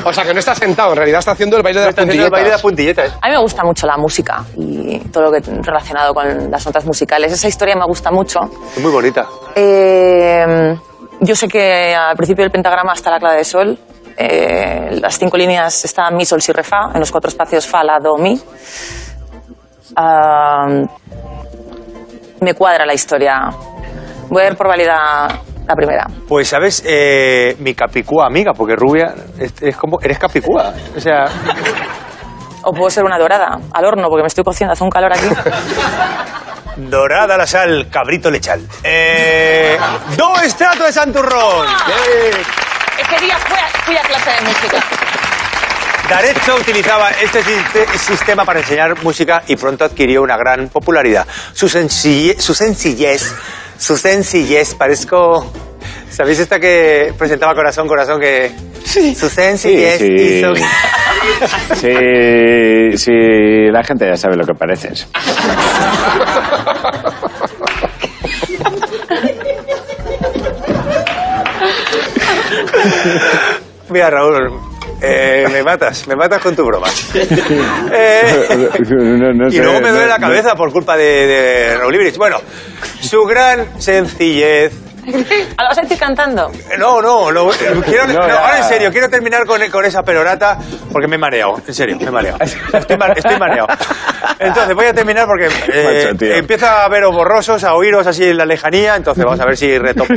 [SPEAKER 4] O sea, que no está sentado, en realidad está haciendo el baile de las
[SPEAKER 1] está haciendo
[SPEAKER 4] puntillitas.
[SPEAKER 1] el baile de las puntillitas.
[SPEAKER 3] A mí me gusta mucho la música y todo lo que relacionado con las notas musicales. Esa historia me gusta mucho.
[SPEAKER 1] Es muy bonita.
[SPEAKER 3] Eh, yo sé que al principio del pentagrama está la clave de sol. Eh, las cinco líneas están mi, sol, si, re, fa. En los cuatro espacios fa, la, do, mi. Ah, me cuadra la historia. Voy a ir por válida la primera.
[SPEAKER 1] Pues, ¿sabes? Eh, mi capicúa amiga, porque rubia es, es como... Eres capicúa. O sea,
[SPEAKER 3] O puedo ser una dorada al horno porque me estoy cociendo, hace un calor aquí.
[SPEAKER 1] dorada la sal, cabrito lechal. Eh, do estrato de Santurrón.
[SPEAKER 3] Es ese día fui a, fui a clase de música.
[SPEAKER 1] Darezzo utilizaba este siste- sistema para enseñar música y pronto adquirió una gran popularidad. Su, sencille- su sencillez, su sencillez, parezco... ¿Sabéis esta que presentaba Corazón, Corazón? Que... Sí. Su sencillez
[SPEAKER 2] Sí, sí.
[SPEAKER 1] hizo...
[SPEAKER 2] Sí, sí, la gente ya sabe lo que pareces.
[SPEAKER 1] Mira, Raúl, eh, me matas, me matas con tu broma. Eh,
[SPEAKER 2] No, no
[SPEAKER 1] y
[SPEAKER 2] sé,
[SPEAKER 1] luego me duele
[SPEAKER 2] no-
[SPEAKER 1] la
[SPEAKER 2] no-
[SPEAKER 1] cabeza por culpa de, de Raúl Ibris. Bueno, su gran sencillez...
[SPEAKER 3] ¿Ahora vas a decir cantando?
[SPEAKER 1] No, no, lo- quiero,
[SPEAKER 2] No,
[SPEAKER 1] no,
[SPEAKER 2] ya.
[SPEAKER 1] ahora en serio, quiero terminar con, con esa perorata porque me he mareado, en serio, me he mareado. Estoy, ma- estoy mareado. Entonces voy a terminar porque eh,
[SPEAKER 2] Macho, tío.
[SPEAKER 1] empieza a veros borrosos, a oíros así en la lejanía, entonces vamos a ver si retomo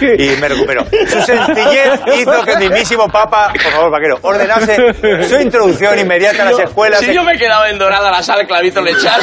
[SPEAKER 1] y me recupero. Su sencillez hizo que el mismísimo Papa, por favor, vaquero, ordenase su introducción inmediata a las escuelas.
[SPEAKER 5] Si yo me he quedado en dorada la sal, clavito lechal.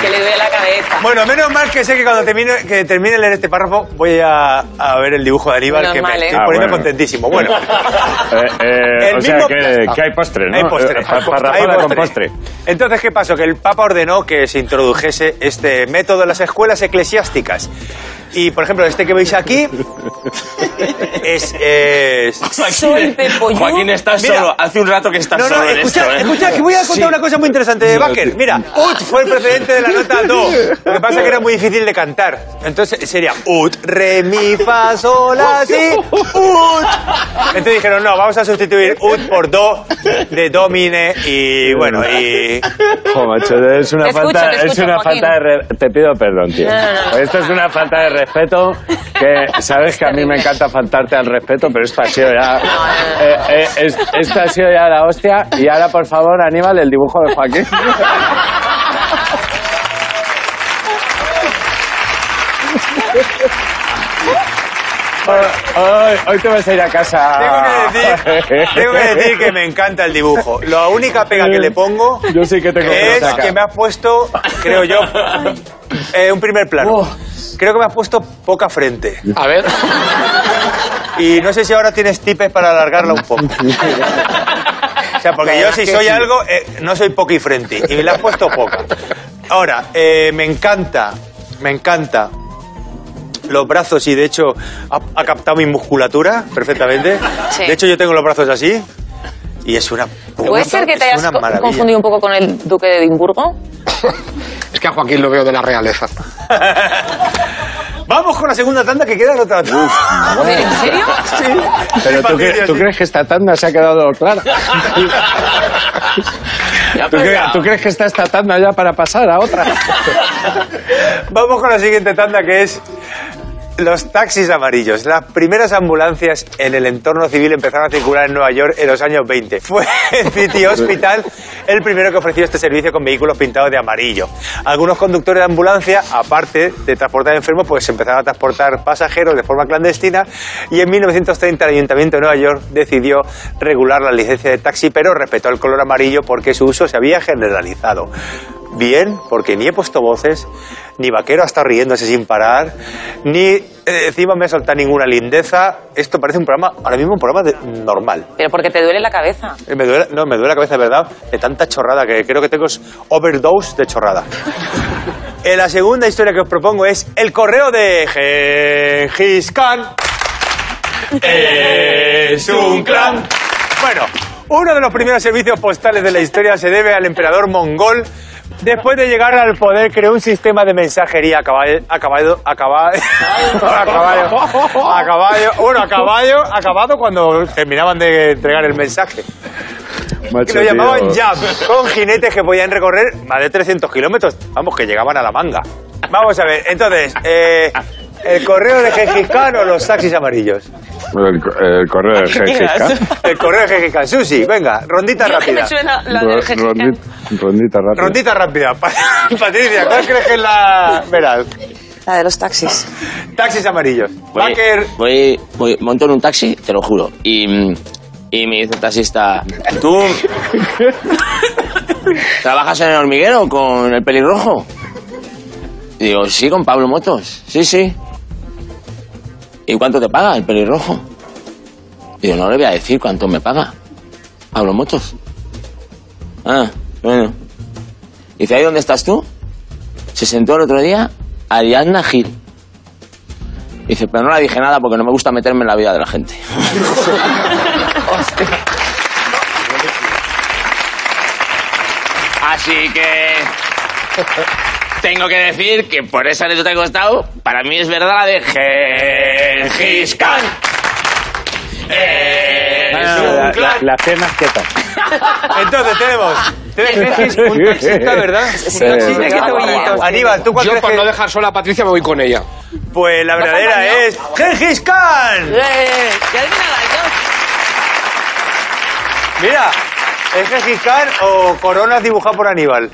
[SPEAKER 3] Que le duele la cabeza.
[SPEAKER 1] Bueno, menos mal que sé que cuando termine, que termine de leer este párrafo voy a, a ver el dibujo de Aníbal
[SPEAKER 3] Menos
[SPEAKER 1] que me
[SPEAKER 3] mal, ¿eh?
[SPEAKER 1] estoy
[SPEAKER 2] Ah,
[SPEAKER 1] poniendo
[SPEAKER 2] bueno.
[SPEAKER 1] contentísimo. Bueno.
[SPEAKER 2] Eh, eh,
[SPEAKER 1] El
[SPEAKER 2] o sea,
[SPEAKER 1] mismo-
[SPEAKER 2] que, que hay postre, ¿no?
[SPEAKER 1] Hay postre.
[SPEAKER 2] Eh, pa- Parrafada con postre.
[SPEAKER 1] Entonces, ¿qué pasó? Que el Papa ordenó que se introdujese este método en las escuelas eclesiásticas. Y, por ejemplo, este que veis aquí es... eh, es-
[SPEAKER 3] Soy Pepo Yu.
[SPEAKER 6] Joaquín, estás
[SPEAKER 1] Mira.
[SPEAKER 6] solo. Hace un rato que estás
[SPEAKER 1] No, no,
[SPEAKER 6] solo en
[SPEAKER 1] escucha,
[SPEAKER 6] esto, ¿eh?
[SPEAKER 1] escucha, que voy a contar una cosa muy interesante de Baker. Mira, ut fue el precedente de la nota do. Lo que pasa es que era muy difícil de cantar. Entonces sería ut, re, mi, fa, sol, la, si, ut. Entonces dijeron, no, vamos a sustituir ut por do, de domine, y bueno, y...
[SPEAKER 2] Jo, macho, es una,
[SPEAKER 3] Te escucho,
[SPEAKER 2] falta,
[SPEAKER 3] te escucho,
[SPEAKER 2] es una
[SPEAKER 3] Joaquín.
[SPEAKER 2] falta de... re- Te pido perdón, tío. Pues
[SPEAKER 3] No, no, no.
[SPEAKER 2] Esto es una falta de respeto que sabes que a mí me encanta faltarte al respeto, pero esto ha sido ya...
[SPEAKER 3] no,
[SPEAKER 2] eh, eh, es- esto ha sido ya la hostia. Y ahora, por favor, Aníbal, el dibujo de Joaquín. Hoy, hoy- hoy te vas a ir a casa.
[SPEAKER 1] Tengo que, decir, tengo que decir que me encanta el dibujo. La única pega que le pongo
[SPEAKER 2] Yo sí que tengo que
[SPEAKER 1] es
[SPEAKER 2] sacar.
[SPEAKER 1] que me has puesto, creo yo, eh, un primer plano.
[SPEAKER 2] Oh.
[SPEAKER 1] Creo que me has puesto poca frente.
[SPEAKER 4] A ver.
[SPEAKER 1] Y no sé si ahora tienes tipes para alargarla un poco. O sea, porque yo si soy algo, eh, no soy poca y frente. Y me la has puesto poca. Ahora, eh, me encanta, me encanta los brazos y de hecho ha, ha captado mi musculatura perfectamente.
[SPEAKER 3] Sí.
[SPEAKER 1] De hecho yo tengo los brazos así y es una...
[SPEAKER 3] ¿Puede ser que te
[SPEAKER 1] es
[SPEAKER 3] hayas
[SPEAKER 1] una
[SPEAKER 3] co-
[SPEAKER 1] maravilla.
[SPEAKER 3] confundido un poco con el duque de Edimburgo?
[SPEAKER 4] Es que a Joaquín lo veo de la realeza.
[SPEAKER 1] Vamos con la segunda tanda que queda en otra tanda.
[SPEAKER 3] ¿En serio?
[SPEAKER 2] Pero tú,
[SPEAKER 1] Patricia,
[SPEAKER 2] cre- tú
[SPEAKER 1] sí.
[SPEAKER 2] crees que esta tanda se ha quedado clara. ¿Tú, cre- tú crees que está esta tanda ya para pasar a otra?
[SPEAKER 1] Vamos con la siguiente tanda que es los taxis amarillos. Las primeras ambulancias en el entorno civil empezaron a circular en Nueva York en los años 20. Fue el City Hospital el primero que ofreció este servicio con vehículos pintados de amarillo. Algunos conductores de ambulancia, aparte de transportar enfermos, pues empezaron a transportar pasajeros de forma clandestina y en 1930 el Ayuntamiento de Nueva York decidió regular la licencia de taxi, pero respetó el color amarillo porque su uso se había generalizado. Bien, porque ni he puesto voces, ni vaquero ha estado riéndose sin parar, ni eh, encima me ha soltado ninguna lindeza. Esto parece un programa, ahora mismo un programa de- normal.
[SPEAKER 3] Pero porque te duele la cabeza.
[SPEAKER 1] Eh, Me duele, no, me duele la cabeza, de verdad, de tanta chorrada que creo que tengo es overdose de chorrada. Eh, la segunda historia que os propongo es el correo de Gengis Khan. Es un clan. Bueno, uno de los primeros servicios postales de la historia se debe al emperador mongol. Después de llegar al poder, creó un sistema de mensajería a caballo, a caballo, a caballo, a caballo, a caballo, bueno, a caballo, acabado cuando terminaban de entregar el mensaje. Que lo llamaban
[SPEAKER 2] ya.
[SPEAKER 1] jab, con jinetes que podían recorrer más de 300 kilómetros. Vamos, que llegaban a la manga. Vamos a ver, entonces, eh, el correo de Gengis Khan o los taxis amarillos.
[SPEAKER 2] El, co- el correo de Gengis Khan.
[SPEAKER 1] El correo de Gengis Khan. Susi, venga, rondita
[SPEAKER 7] Yo que me
[SPEAKER 1] rápida.
[SPEAKER 7] suena la
[SPEAKER 2] Ro-
[SPEAKER 7] del Gengis Khan.
[SPEAKER 2] rondit- Rondita rápida.
[SPEAKER 1] Rondita rápida. Pa- Patricia, ¿cuál crees que es la. Verás,
[SPEAKER 3] La de los taxis.
[SPEAKER 1] taxis amarillos.
[SPEAKER 5] Voy,
[SPEAKER 1] Baker.
[SPEAKER 5] voy, voy- monto en un taxi, te lo juro. Y, mm, y me dice el taxista, ¿tú trabajas en el hormiguero con el pelirrojo? Y digo, sí, con Pablo Motos. Sí, sí. ¿Y cuánto te paga el pelirrojo? Digo, no le voy a decir cuánto me paga. Pablo Motos. Ah, bueno. Dice, ¿ahí dónde estás tú? Se sentó el otro día Ariadna Gil. Dice, pero no le dije nada porque no me gusta meterme en la vida de la gente. Así que tengo que decir que por esa anécdota que he contado, para mí es verdad la de Gengis Khan. Es un
[SPEAKER 2] Eh, Ah, La,
[SPEAKER 5] clan.
[SPEAKER 2] la, la C más teta.
[SPEAKER 1] eh, Entonces tenemos tres Gengis, un taxista, ¿verdad?
[SPEAKER 2] Sí,
[SPEAKER 1] un
[SPEAKER 2] sí,
[SPEAKER 1] taxista
[SPEAKER 2] sí.
[SPEAKER 1] que te bonito. Aníbal, ¿tú cuál
[SPEAKER 4] Yo,
[SPEAKER 1] crees
[SPEAKER 4] para
[SPEAKER 1] que-
[SPEAKER 4] no dejar sola a Patricia, me voy con ella.
[SPEAKER 1] Pues la verdadera es Gengis Khan.
[SPEAKER 7] Eh, ya dime las dos.
[SPEAKER 1] Mira, ¿es Gengis Khan o Coronas dibujado por Aníbal?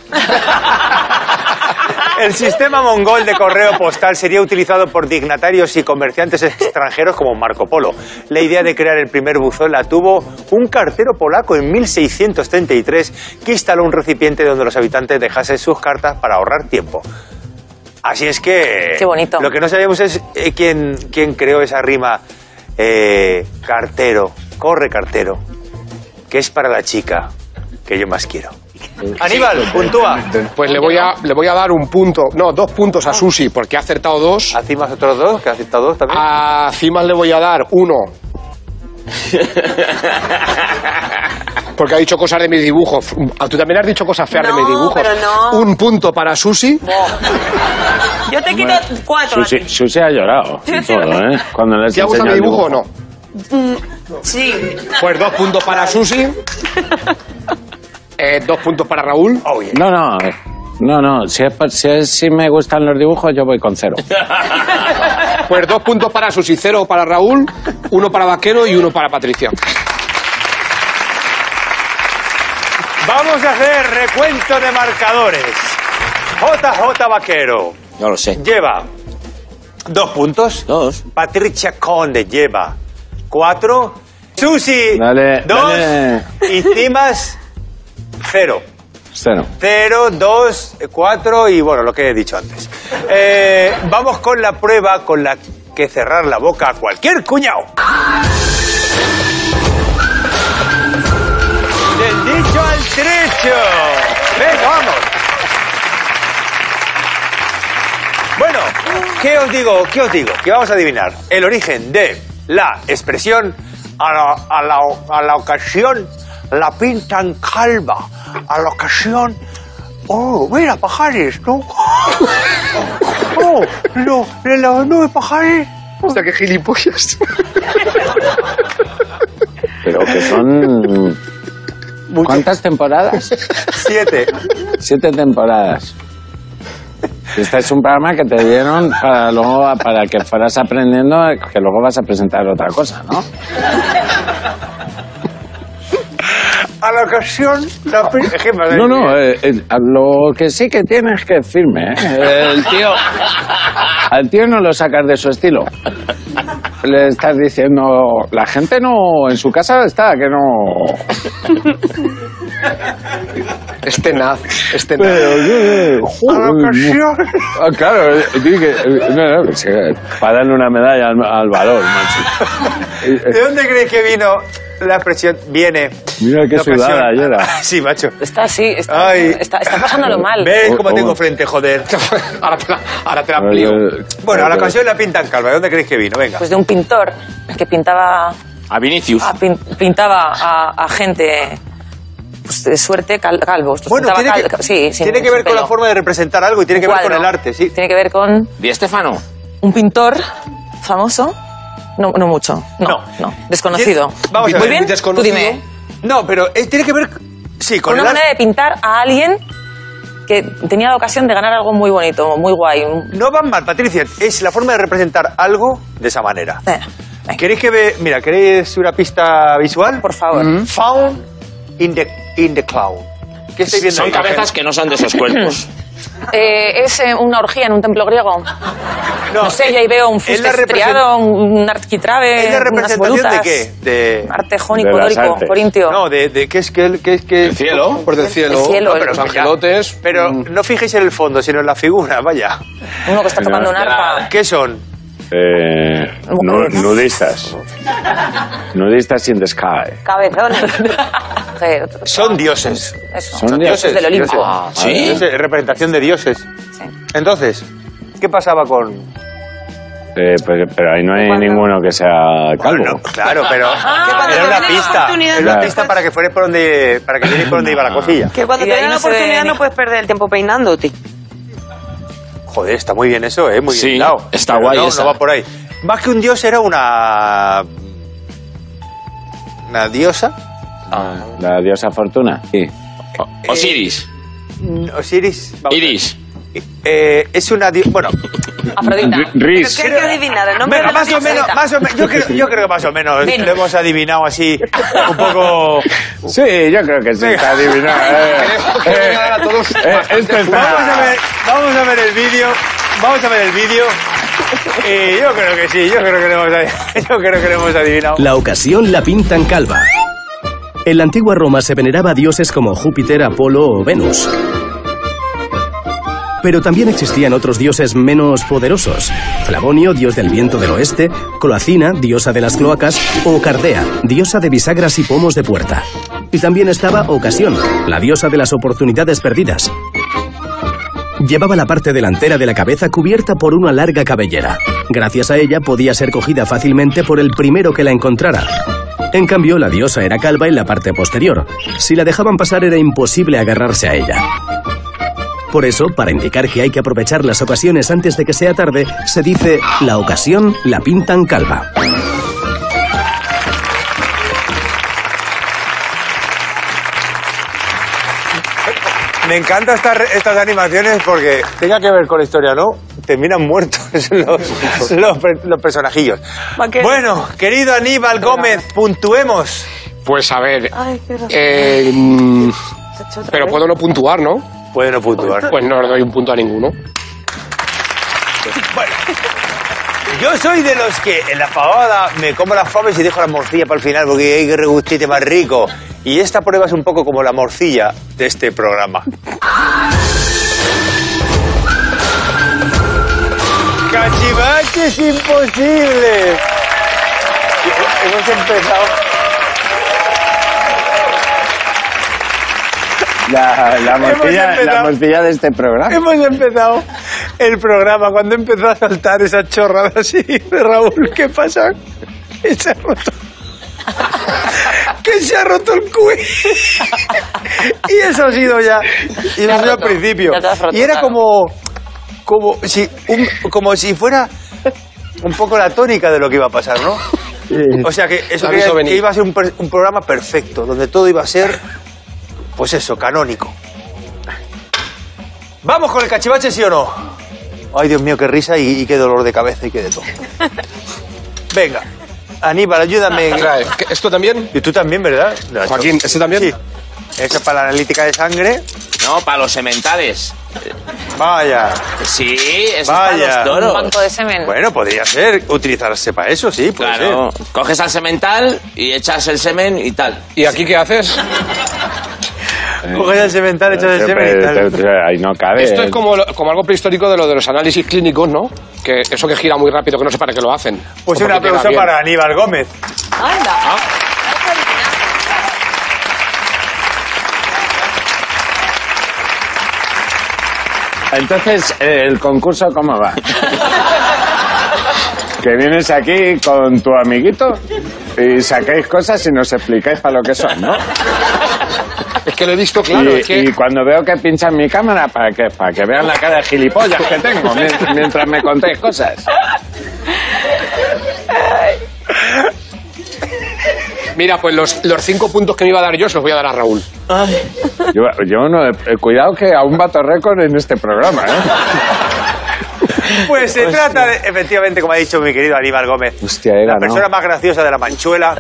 [SPEAKER 1] El sistema mongol de correo postal sería utilizado por dignatarios y comerciantes extranjeros como Marco Polo. La idea de crear el primer buzón la tuvo un cartero polaco en 1633 que instaló un recipiente donde los habitantes dejasen sus cartas para ahorrar tiempo. Así es que...
[SPEAKER 3] Qué bonito.
[SPEAKER 1] Lo que no sabemos es eh, quién, quién creó esa rima eh, cartero, corre cartero, que es para la chica que yo más quiero. Aníbal, puntúa.
[SPEAKER 4] Pues le voy, a, le voy a dar un punto, no, dos puntos a
[SPEAKER 1] Ah.
[SPEAKER 4] Susi, porque ha acertado dos.
[SPEAKER 1] Así más otros dos, que ha aceptado dos también.
[SPEAKER 4] A Cimas le voy a dar uno. Porque ha dicho cosas de mis dibujos. Tú también has dicho cosas feas de
[SPEAKER 7] No,
[SPEAKER 4] mis dibujos.
[SPEAKER 7] pero no.
[SPEAKER 4] Un punto para Susi.
[SPEAKER 7] Yo te quito cuatro. a
[SPEAKER 2] Susi,
[SPEAKER 7] ti.
[SPEAKER 2] Susi ha llorado. y todo, ¿eh? Cuando le has
[SPEAKER 4] ¿Te ha gustado mi
[SPEAKER 2] enseñado el
[SPEAKER 4] dibujo o no?
[SPEAKER 7] Sí.
[SPEAKER 4] Pues dos puntos para Susi. Eh, dos puntos para Raúl.
[SPEAKER 2] No, no. eh, No, no. Si, es, por- si, es- si me gustan los dibujos, yo voy con cero.
[SPEAKER 4] Pues dos puntos para Susi, cero para Raúl, uno para Vaquero y uno para Patricia.
[SPEAKER 1] Vamos a hacer recuento de marcadores. JJ Vaquero
[SPEAKER 5] No lo sé.
[SPEAKER 1] lleva dos puntos.
[SPEAKER 5] Dos.
[SPEAKER 1] Patricia Conde lleva cuatro. Susi,
[SPEAKER 2] Dale,
[SPEAKER 1] dos.
[SPEAKER 2] dale.
[SPEAKER 1] Y Cimas, cero.
[SPEAKER 2] Cero.
[SPEAKER 1] Cero, dos, cuatro y bueno, lo que he dicho antes. Eh, vamos con la prueba con la que cerrar la boca a cualquier cuñado. Del dicho al trecho. Venga, vamos. Bueno, ¿qué os digo? ¿Qué os digo? Que vamos a adivinar el origen de la expresión a la, a la, a la ocasión la pintan calva. A la ocasión. Oh, mira, pajares, ¿no? Oh, no, de las nubes pajares.
[SPEAKER 4] Hostia, qué gilipollas.
[SPEAKER 2] Pero que son... ¿Cuántas temporadas?
[SPEAKER 1] Siete.
[SPEAKER 2] Siete temporadas. Este es un programa que te dieron para luego para que fueras aprendiendo que luego vas a presentar otra cosa, ¿no?
[SPEAKER 1] A la ocasión la pintan.
[SPEAKER 2] No, no, eh, eh, a lo que sí que tienes que decirme, ¿eh? el tío, al tío no lo sacas de su estilo. Le estás diciendo, la gente no, en su casa está, que no.
[SPEAKER 4] Es tenaz, es tenaz.
[SPEAKER 1] A la ocasión.
[SPEAKER 2] Ah, claro, eh, tiene que- eh, no, no, sí, eh, para darle una medalla al, al valor, macho. Eh, eh,
[SPEAKER 1] ¿De dónde creéis que vino la expresión? Viene.
[SPEAKER 2] Mira qué
[SPEAKER 1] la ocasión-
[SPEAKER 2] sudada llora.
[SPEAKER 1] Sí, macho.
[SPEAKER 3] Está así, está,
[SPEAKER 1] Ay.
[SPEAKER 3] está, está pasándolo mal.
[SPEAKER 1] ¿Ves cómo
[SPEAKER 2] Oh,
[SPEAKER 1] tengo
[SPEAKER 2] oh.
[SPEAKER 1] frente, joder?
[SPEAKER 4] Ahora te la, ahora te la amplío.
[SPEAKER 2] Eh,
[SPEAKER 1] Bueno, a la ocasión la pintan calva. ¿De dónde creéis que vino? Venga.
[SPEAKER 3] Pues de un pintor que pintaba
[SPEAKER 5] A Vinicius.
[SPEAKER 2] Ah.
[SPEAKER 3] a, pin- pintaba a, a gente pues, de suerte cal- calvos. Los
[SPEAKER 1] Bueno,
[SPEAKER 3] pintaba
[SPEAKER 1] tiene
[SPEAKER 3] cal-
[SPEAKER 1] que,
[SPEAKER 3] sí, sí,
[SPEAKER 1] tiene que
[SPEAKER 3] sin
[SPEAKER 1] ver con
[SPEAKER 3] pelo.
[SPEAKER 1] la forma de representar algo y tiene que ver con
[SPEAKER 3] Cuadro.
[SPEAKER 1] el arte, sí.
[SPEAKER 3] Tiene que ver con
[SPEAKER 5] Di Estefano.
[SPEAKER 3] un pintor famoso. No, no mucho. No,
[SPEAKER 1] No.
[SPEAKER 3] no. Desconocido.
[SPEAKER 1] Tiene- vamos a
[SPEAKER 3] Muy
[SPEAKER 1] ver,
[SPEAKER 3] bien,
[SPEAKER 4] desconocido.
[SPEAKER 3] tú dime.
[SPEAKER 1] No, pero eh, tiene que ver, sí, con
[SPEAKER 3] Una
[SPEAKER 1] el
[SPEAKER 3] manera
[SPEAKER 1] arte.
[SPEAKER 3] de pintar a alguien que tenía la ocasión de ganar algo muy bonito, muy guay. un-
[SPEAKER 1] No van mal, Patricia. Es la forma de representar algo de esa manera.
[SPEAKER 3] Eh, venga,
[SPEAKER 1] ¿Queréis que ve, mira, queréis una pista visual? Mm-hmm.
[SPEAKER 3] por favor.
[SPEAKER 1] Found in the in the cloud. ¿Qué estáis viendo?
[SPEAKER 5] Son
[SPEAKER 1] ahí?
[SPEAKER 5] cabezas que no son de esos cuerpos.
[SPEAKER 3] Eh, es eh, una orgía en un templo griego. No, sé, yo ahí veo un
[SPEAKER 1] es la
[SPEAKER 3] fuste estriado, un arquitrabe,
[SPEAKER 1] ¿Es la
[SPEAKER 3] unas
[SPEAKER 1] representación
[SPEAKER 3] volutas.
[SPEAKER 1] de qué? De...
[SPEAKER 3] Arte jónico,
[SPEAKER 10] De las
[SPEAKER 3] dórico,
[SPEAKER 10] artes.
[SPEAKER 3] corintio.
[SPEAKER 1] No, de, de qué es que el, qué es que
[SPEAKER 6] ¿El cielo?
[SPEAKER 4] Por Pues del cielo.
[SPEAKER 3] El cielo,
[SPEAKER 4] No, pero
[SPEAKER 3] el-
[SPEAKER 4] los angelotes.
[SPEAKER 1] Pero no fijéis en el fondo, sino en la figura, vaya.
[SPEAKER 3] Uno que está tocando un arpa.
[SPEAKER 1] ¿Qué son?
[SPEAKER 10] Eh, nu- nudistas. Nudistas sin the sky.
[SPEAKER 3] Cabezones. Que otro-
[SPEAKER 1] Son dioses.
[SPEAKER 3] Eso.
[SPEAKER 2] Son
[SPEAKER 3] dioses
[SPEAKER 2] dioses,
[SPEAKER 3] del Olimpo.
[SPEAKER 1] dioses.
[SPEAKER 6] ¿Sí?
[SPEAKER 1] Es, eh, representación de dioses.
[SPEAKER 3] Sí.
[SPEAKER 1] Entonces, ¿qué pasaba con...?
[SPEAKER 2] Eh, pero, pero ahí no hay
[SPEAKER 3] Bueno.
[SPEAKER 2] ninguno que sea calvo.
[SPEAKER 1] Bueno, claro, pero
[SPEAKER 7] cuando
[SPEAKER 1] era
[SPEAKER 7] te
[SPEAKER 1] una
[SPEAKER 7] den la
[SPEAKER 1] pista.
[SPEAKER 7] oportunidad,
[SPEAKER 1] Era una
[SPEAKER 2] Claro.
[SPEAKER 1] pista para que fueres por donde, para que vierais por donde iba
[SPEAKER 5] Ah.
[SPEAKER 1] la cosilla.
[SPEAKER 7] Que cuando
[SPEAKER 3] Y
[SPEAKER 7] te
[SPEAKER 3] ahí
[SPEAKER 7] den la
[SPEAKER 3] no se ve
[SPEAKER 7] oportunidad
[SPEAKER 3] ni-
[SPEAKER 7] no puedes perder el tiempo peinándote.
[SPEAKER 1] Joder, está muy bien eso, ¿eh? Muy
[SPEAKER 5] Sí,
[SPEAKER 1] bien dado.
[SPEAKER 5] está
[SPEAKER 1] Pero
[SPEAKER 5] guay
[SPEAKER 1] no,
[SPEAKER 5] esa.
[SPEAKER 1] no va por ahí. Más que un dios era una... Una diosa.
[SPEAKER 2] La diosa Fortuna. Sí.
[SPEAKER 1] Eh,
[SPEAKER 5] O- Osiris.
[SPEAKER 7] Mm.
[SPEAKER 1] Osiris. vamos a ver.
[SPEAKER 5] Iris.
[SPEAKER 1] Eh, es una diosa... Bueno,
[SPEAKER 3] Afrodita.
[SPEAKER 2] R-
[SPEAKER 7] Pero
[SPEAKER 2] Riz.
[SPEAKER 7] que hay que adivinar el nombre
[SPEAKER 1] Venga,
[SPEAKER 7] de la
[SPEAKER 1] más o menos,
[SPEAKER 7] diosa.
[SPEAKER 1] más o menos, yo creo, yo creo que más o menos
[SPEAKER 3] Venus.
[SPEAKER 1] lo hemos adivinado así un poco.
[SPEAKER 2] Sí, yo creo que sí. Está adivinado. eh. Eh, eh, esto
[SPEAKER 1] Vamos a
[SPEAKER 2] está...
[SPEAKER 1] ver, vamos a ver el vídeo, vamos a ver el vídeo. Y Eh, yo creo que sí, yo creo que lo hemos, adiv- yo creo que lo hemos adivinado.
[SPEAKER 11] La ocasión la pintan calva. En la antigua Roma se veneraba a dioses como Júpiter, Apolo o Venus. Pero también existían otros dioses menos poderosos. Flavonio, dios del viento del oeste, Cloacina, diosa de las cloacas, o Cardea, diosa de bisagras y pomos de puerta. Y también estaba Ocasión, la diosa de las oportunidades perdidas. Llevaba la parte delantera de la cabeza cubierta por una larga cabellera. Gracias a ella podía ser cogida fácilmente por el primero que la encontrara. En cambio, la diosa era calva en la parte posterior. Si la dejaban pasar era imposible agarrarse a ella. Por eso, para indicar que hay que aprovechar las ocasiones antes de que sea tarde, se dice, la ocasión la pintan calva.
[SPEAKER 1] Me encantan estas, estas animaciones porque tenga que ver con la historia, ¿no? Terminan muertos los, los, per- los personajillos.
[SPEAKER 7] Vaquero.
[SPEAKER 1] Bueno, querido Aníbal Gómez, puntuemos.
[SPEAKER 4] Pues a ver.
[SPEAKER 7] Ay, qué raro.
[SPEAKER 4] eh, mm,
[SPEAKER 7] Se ha hecho otra
[SPEAKER 4] pero
[SPEAKER 7] vez.
[SPEAKER 4] puedo no puntuar, ¿no?
[SPEAKER 1] Puede no puntuar.
[SPEAKER 4] Pues no le doy un punto a ninguno.
[SPEAKER 1] Yo soy de los que en la fabada me como las fabas y dejo la morcilla para el final porque hay que regustite más rico. Y esta prueba es un poco como la morcilla de este programa. ¡Cachivaches imposibles! Hemos empezado.
[SPEAKER 2] La, la,
[SPEAKER 1] Hemos
[SPEAKER 2] morcilla, la
[SPEAKER 1] empezado.
[SPEAKER 2] morcilla de este programa.
[SPEAKER 1] Hemos empezado el programa cuando empezó a saltar esas chorradas así de Raúl. ¿Qué pasa? Que se ha roto. Que se ha roto el cuello. Y eso ha sido ya. Y eso ha sido al
[SPEAKER 3] roto,
[SPEAKER 1] principio.
[SPEAKER 3] ya te has roto,
[SPEAKER 1] Y era
[SPEAKER 3] claro.
[SPEAKER 1] como. Como si, un- como si fuera un poco la tónica de lo que iba a pasar, ¿no? O sea que eso
[SPEAKER 4] Lo
[SPEAKER 1] quería-
[SPEAKER 4] aviso
[SPEAKER 1] que,
[SPEAKER 4] venir.
[SPEAKER 1] iba a ser un, per- un programa perfecto, donde todo iba a ser, pues eso, canónico. ¿Vamos con el cachivache, sí o no? Ay, Dios mío, qué risa y, y qué dolor de cabeza y qué de todo. Venga, Aníbal, ayúdame.
[SPEAKER 4] Venga, eh, ¿qué- ¿Esto también?
[SPEAKER 1] Y tú también, ¿verdad?
[SPEAKER 4] Joaquín, ¿ese también?
[SPEAKER 1] Sí. Ese es para la analítica de sangre.
[SPEAKER 5] No, para los sementales.
[SPEAKER 1] Vaya.
[SPEAKER 5] Sí, es
[SPEAKER 1] Vaya.
[SPEAKER 5] para los
[SPEAKER 3] Un
[SPEAKER 5] toros.
[SPEAKER 3] banco de semen.
[SPEAKER 1] Bueno, podría ser utilizarse para eso, Pues sí, puede
[SPEAKER 5] Claro,
[SPEAKER 1] ser.
[SPEAKER 5] coges al semental y echas el semen y tal.
[SPEAKER 4] ¿Y aquí qué haces?
[SPEAKER 1] Coges el cemental, echas el
[SPEAKER 2] Siempre-
[SPEAKER 1] semen y tal.
[SPEAKER 2] te- te- eh, ahí no cabe.
[SPEAKER 4] Esto es como, lo- como algo prehistórico de lo de los análisis clínicos, ¿no? Que eso que gira muy rápido, que no sé para qué lo hacen.
[SPEAKER 1] Pues
[SPEAKER 4] O
[SPEAKER 1] un
[SPEAKER 4] porque te va
[SPEAKER 1] aplauso
[SPEAKER 4] bien.
[SPEAKER 1] para Aníbal Gómez.
[SPEAKER 3] Anda.
[SPEAKER 2] Entonces, eh, ¿el concurso cómo va? que vienes aquí con tu amiguito y sacáis cosas y nos explicáis para lo que son, ¿no?
[SPEAKER 4] Es que lo he visto claro.
[SPEAKER 2] y,
[SPEAKER 4] es que-
[SPEAKER 2] y cuando veo que pinchan mi cámara, ¿para qué? Para que vean la cara de gilipollas que tengo mien- mientras me contéis cosas.
[SPEAKER 4] Mira, pues los, los cinco puntos que me iba a dar yo se los voy a dar a Raúl.
[SPEAKER 2] Yo, yo no, he- cuidado que aún bato récord en este programa, ¿eh?
[SPEAKER 1] Pues se trata, de, efectivamente, como ha dicho mi querido Aníbal Gómez,
[SPEAKER 2] Hostia, era,
[SPEAKER 1] la persona
[SPEAKER 2] ¿no?
[SPEAKER 1] más graciosa de la manchuela,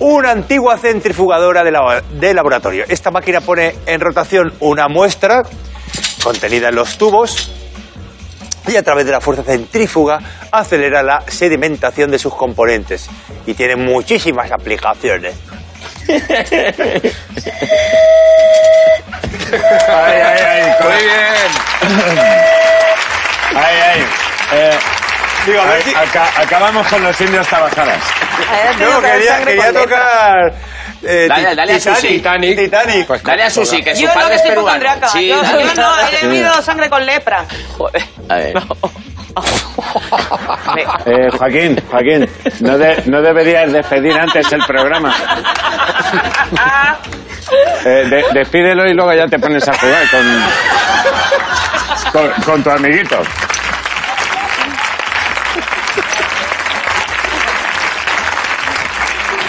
[SPEAKER 1] una antigua centrifugadora de, la- de laboratorio. Esta máquina pone en rotación una muestra contenida en los tubos y a través de la fuerza centrífuga acelera la sedimentación de sus componentes y tiene muchísimas aplicaciones.
[SPEAKER 6] Ay, ay, ay. Muy bien. Ay, ay. Eh, ay, aca- acabamos con los indios tabajaras.
[SPEAKER 1] No, quería, quería tocar. eh,
[SPEAKER 5] Dale,
[SPEAKER 1] Ti-
[SPEAKER 5] dale a Pues Susi.
[SPEAKER 1] Titanic. Titanic.
[SPEAKER 5] Dale a Susi, que su
[SPEAKER 7] Yo no,
[SPEAKER 5] padre
[SPEAKER 7] que
[SPEAKER 5] es
[SPEAKER 7] soy
[SPEAKER 5] peruano.
[SPEAKER 7] hipocondriaca.
[SPEAKER 5] Sí,
[SPEAKER 7] yo,
[SPEAKER 5] dale.
[SPEAKER 7] yo no, he bebido sangre con lepra.
[SPEAKER 5] A ver.
[SPEAKER 10] Eh, Joaquín, Joaquín, no, de- no deberías despedir antes el programa. Eh, de- despídelo y luego ya te pones a jugar con, con, con tu amiguito.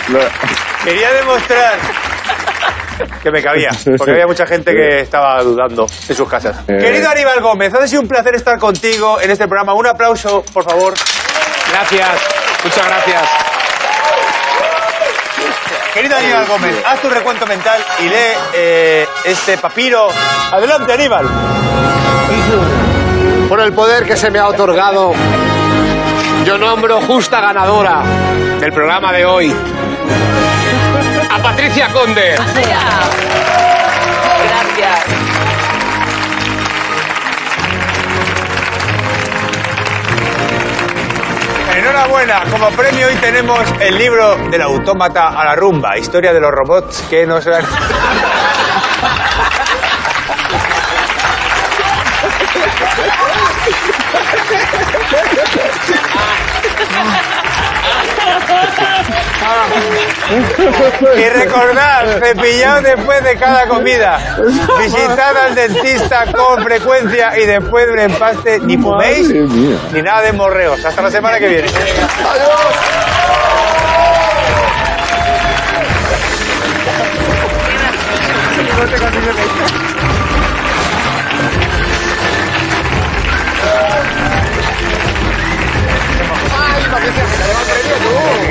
[SPEAKER 10] Lo-
[SPEAKER 1] Quería demostrar que me cabía, porque había mucha gente que estaba dudando en sus casas.
[SPEAKER 10] Eh.
[SPEAKER 1] Querido Aníbal Gómez, ha sido un placer estar contigo en este programa. Un aplauso, por favor.
[SPEAKER 4] Gracias, muchas gracias.
[SPEAKER 1] Querido Aníbal Gómez, haz tu recuento mental y lee eh, este papiro. Adelante, Aníbal.
[SPEAKER 4] Por el poder que se me ha otorgado, yo nombro justa ganadora del programa de hoy a Patricia Conde.
[SPEAKER 3] Gracias.
[SPEAKER 1] Enhorabuena, como premio hoy tenemos el libro del autómata a la rumba, historia de los robots que nos han... Y recordad, cepillado después de cada comida. Visitad al dentista con frecuencia y después de un empaste ni fuméis
[SPEAKER 10] Madre mía.
[SPEAKER 1] ni nada de morreos. Hasta la semana que viene.
[SPEAKER 4] Ay, Patricia, que te lo han traído tú.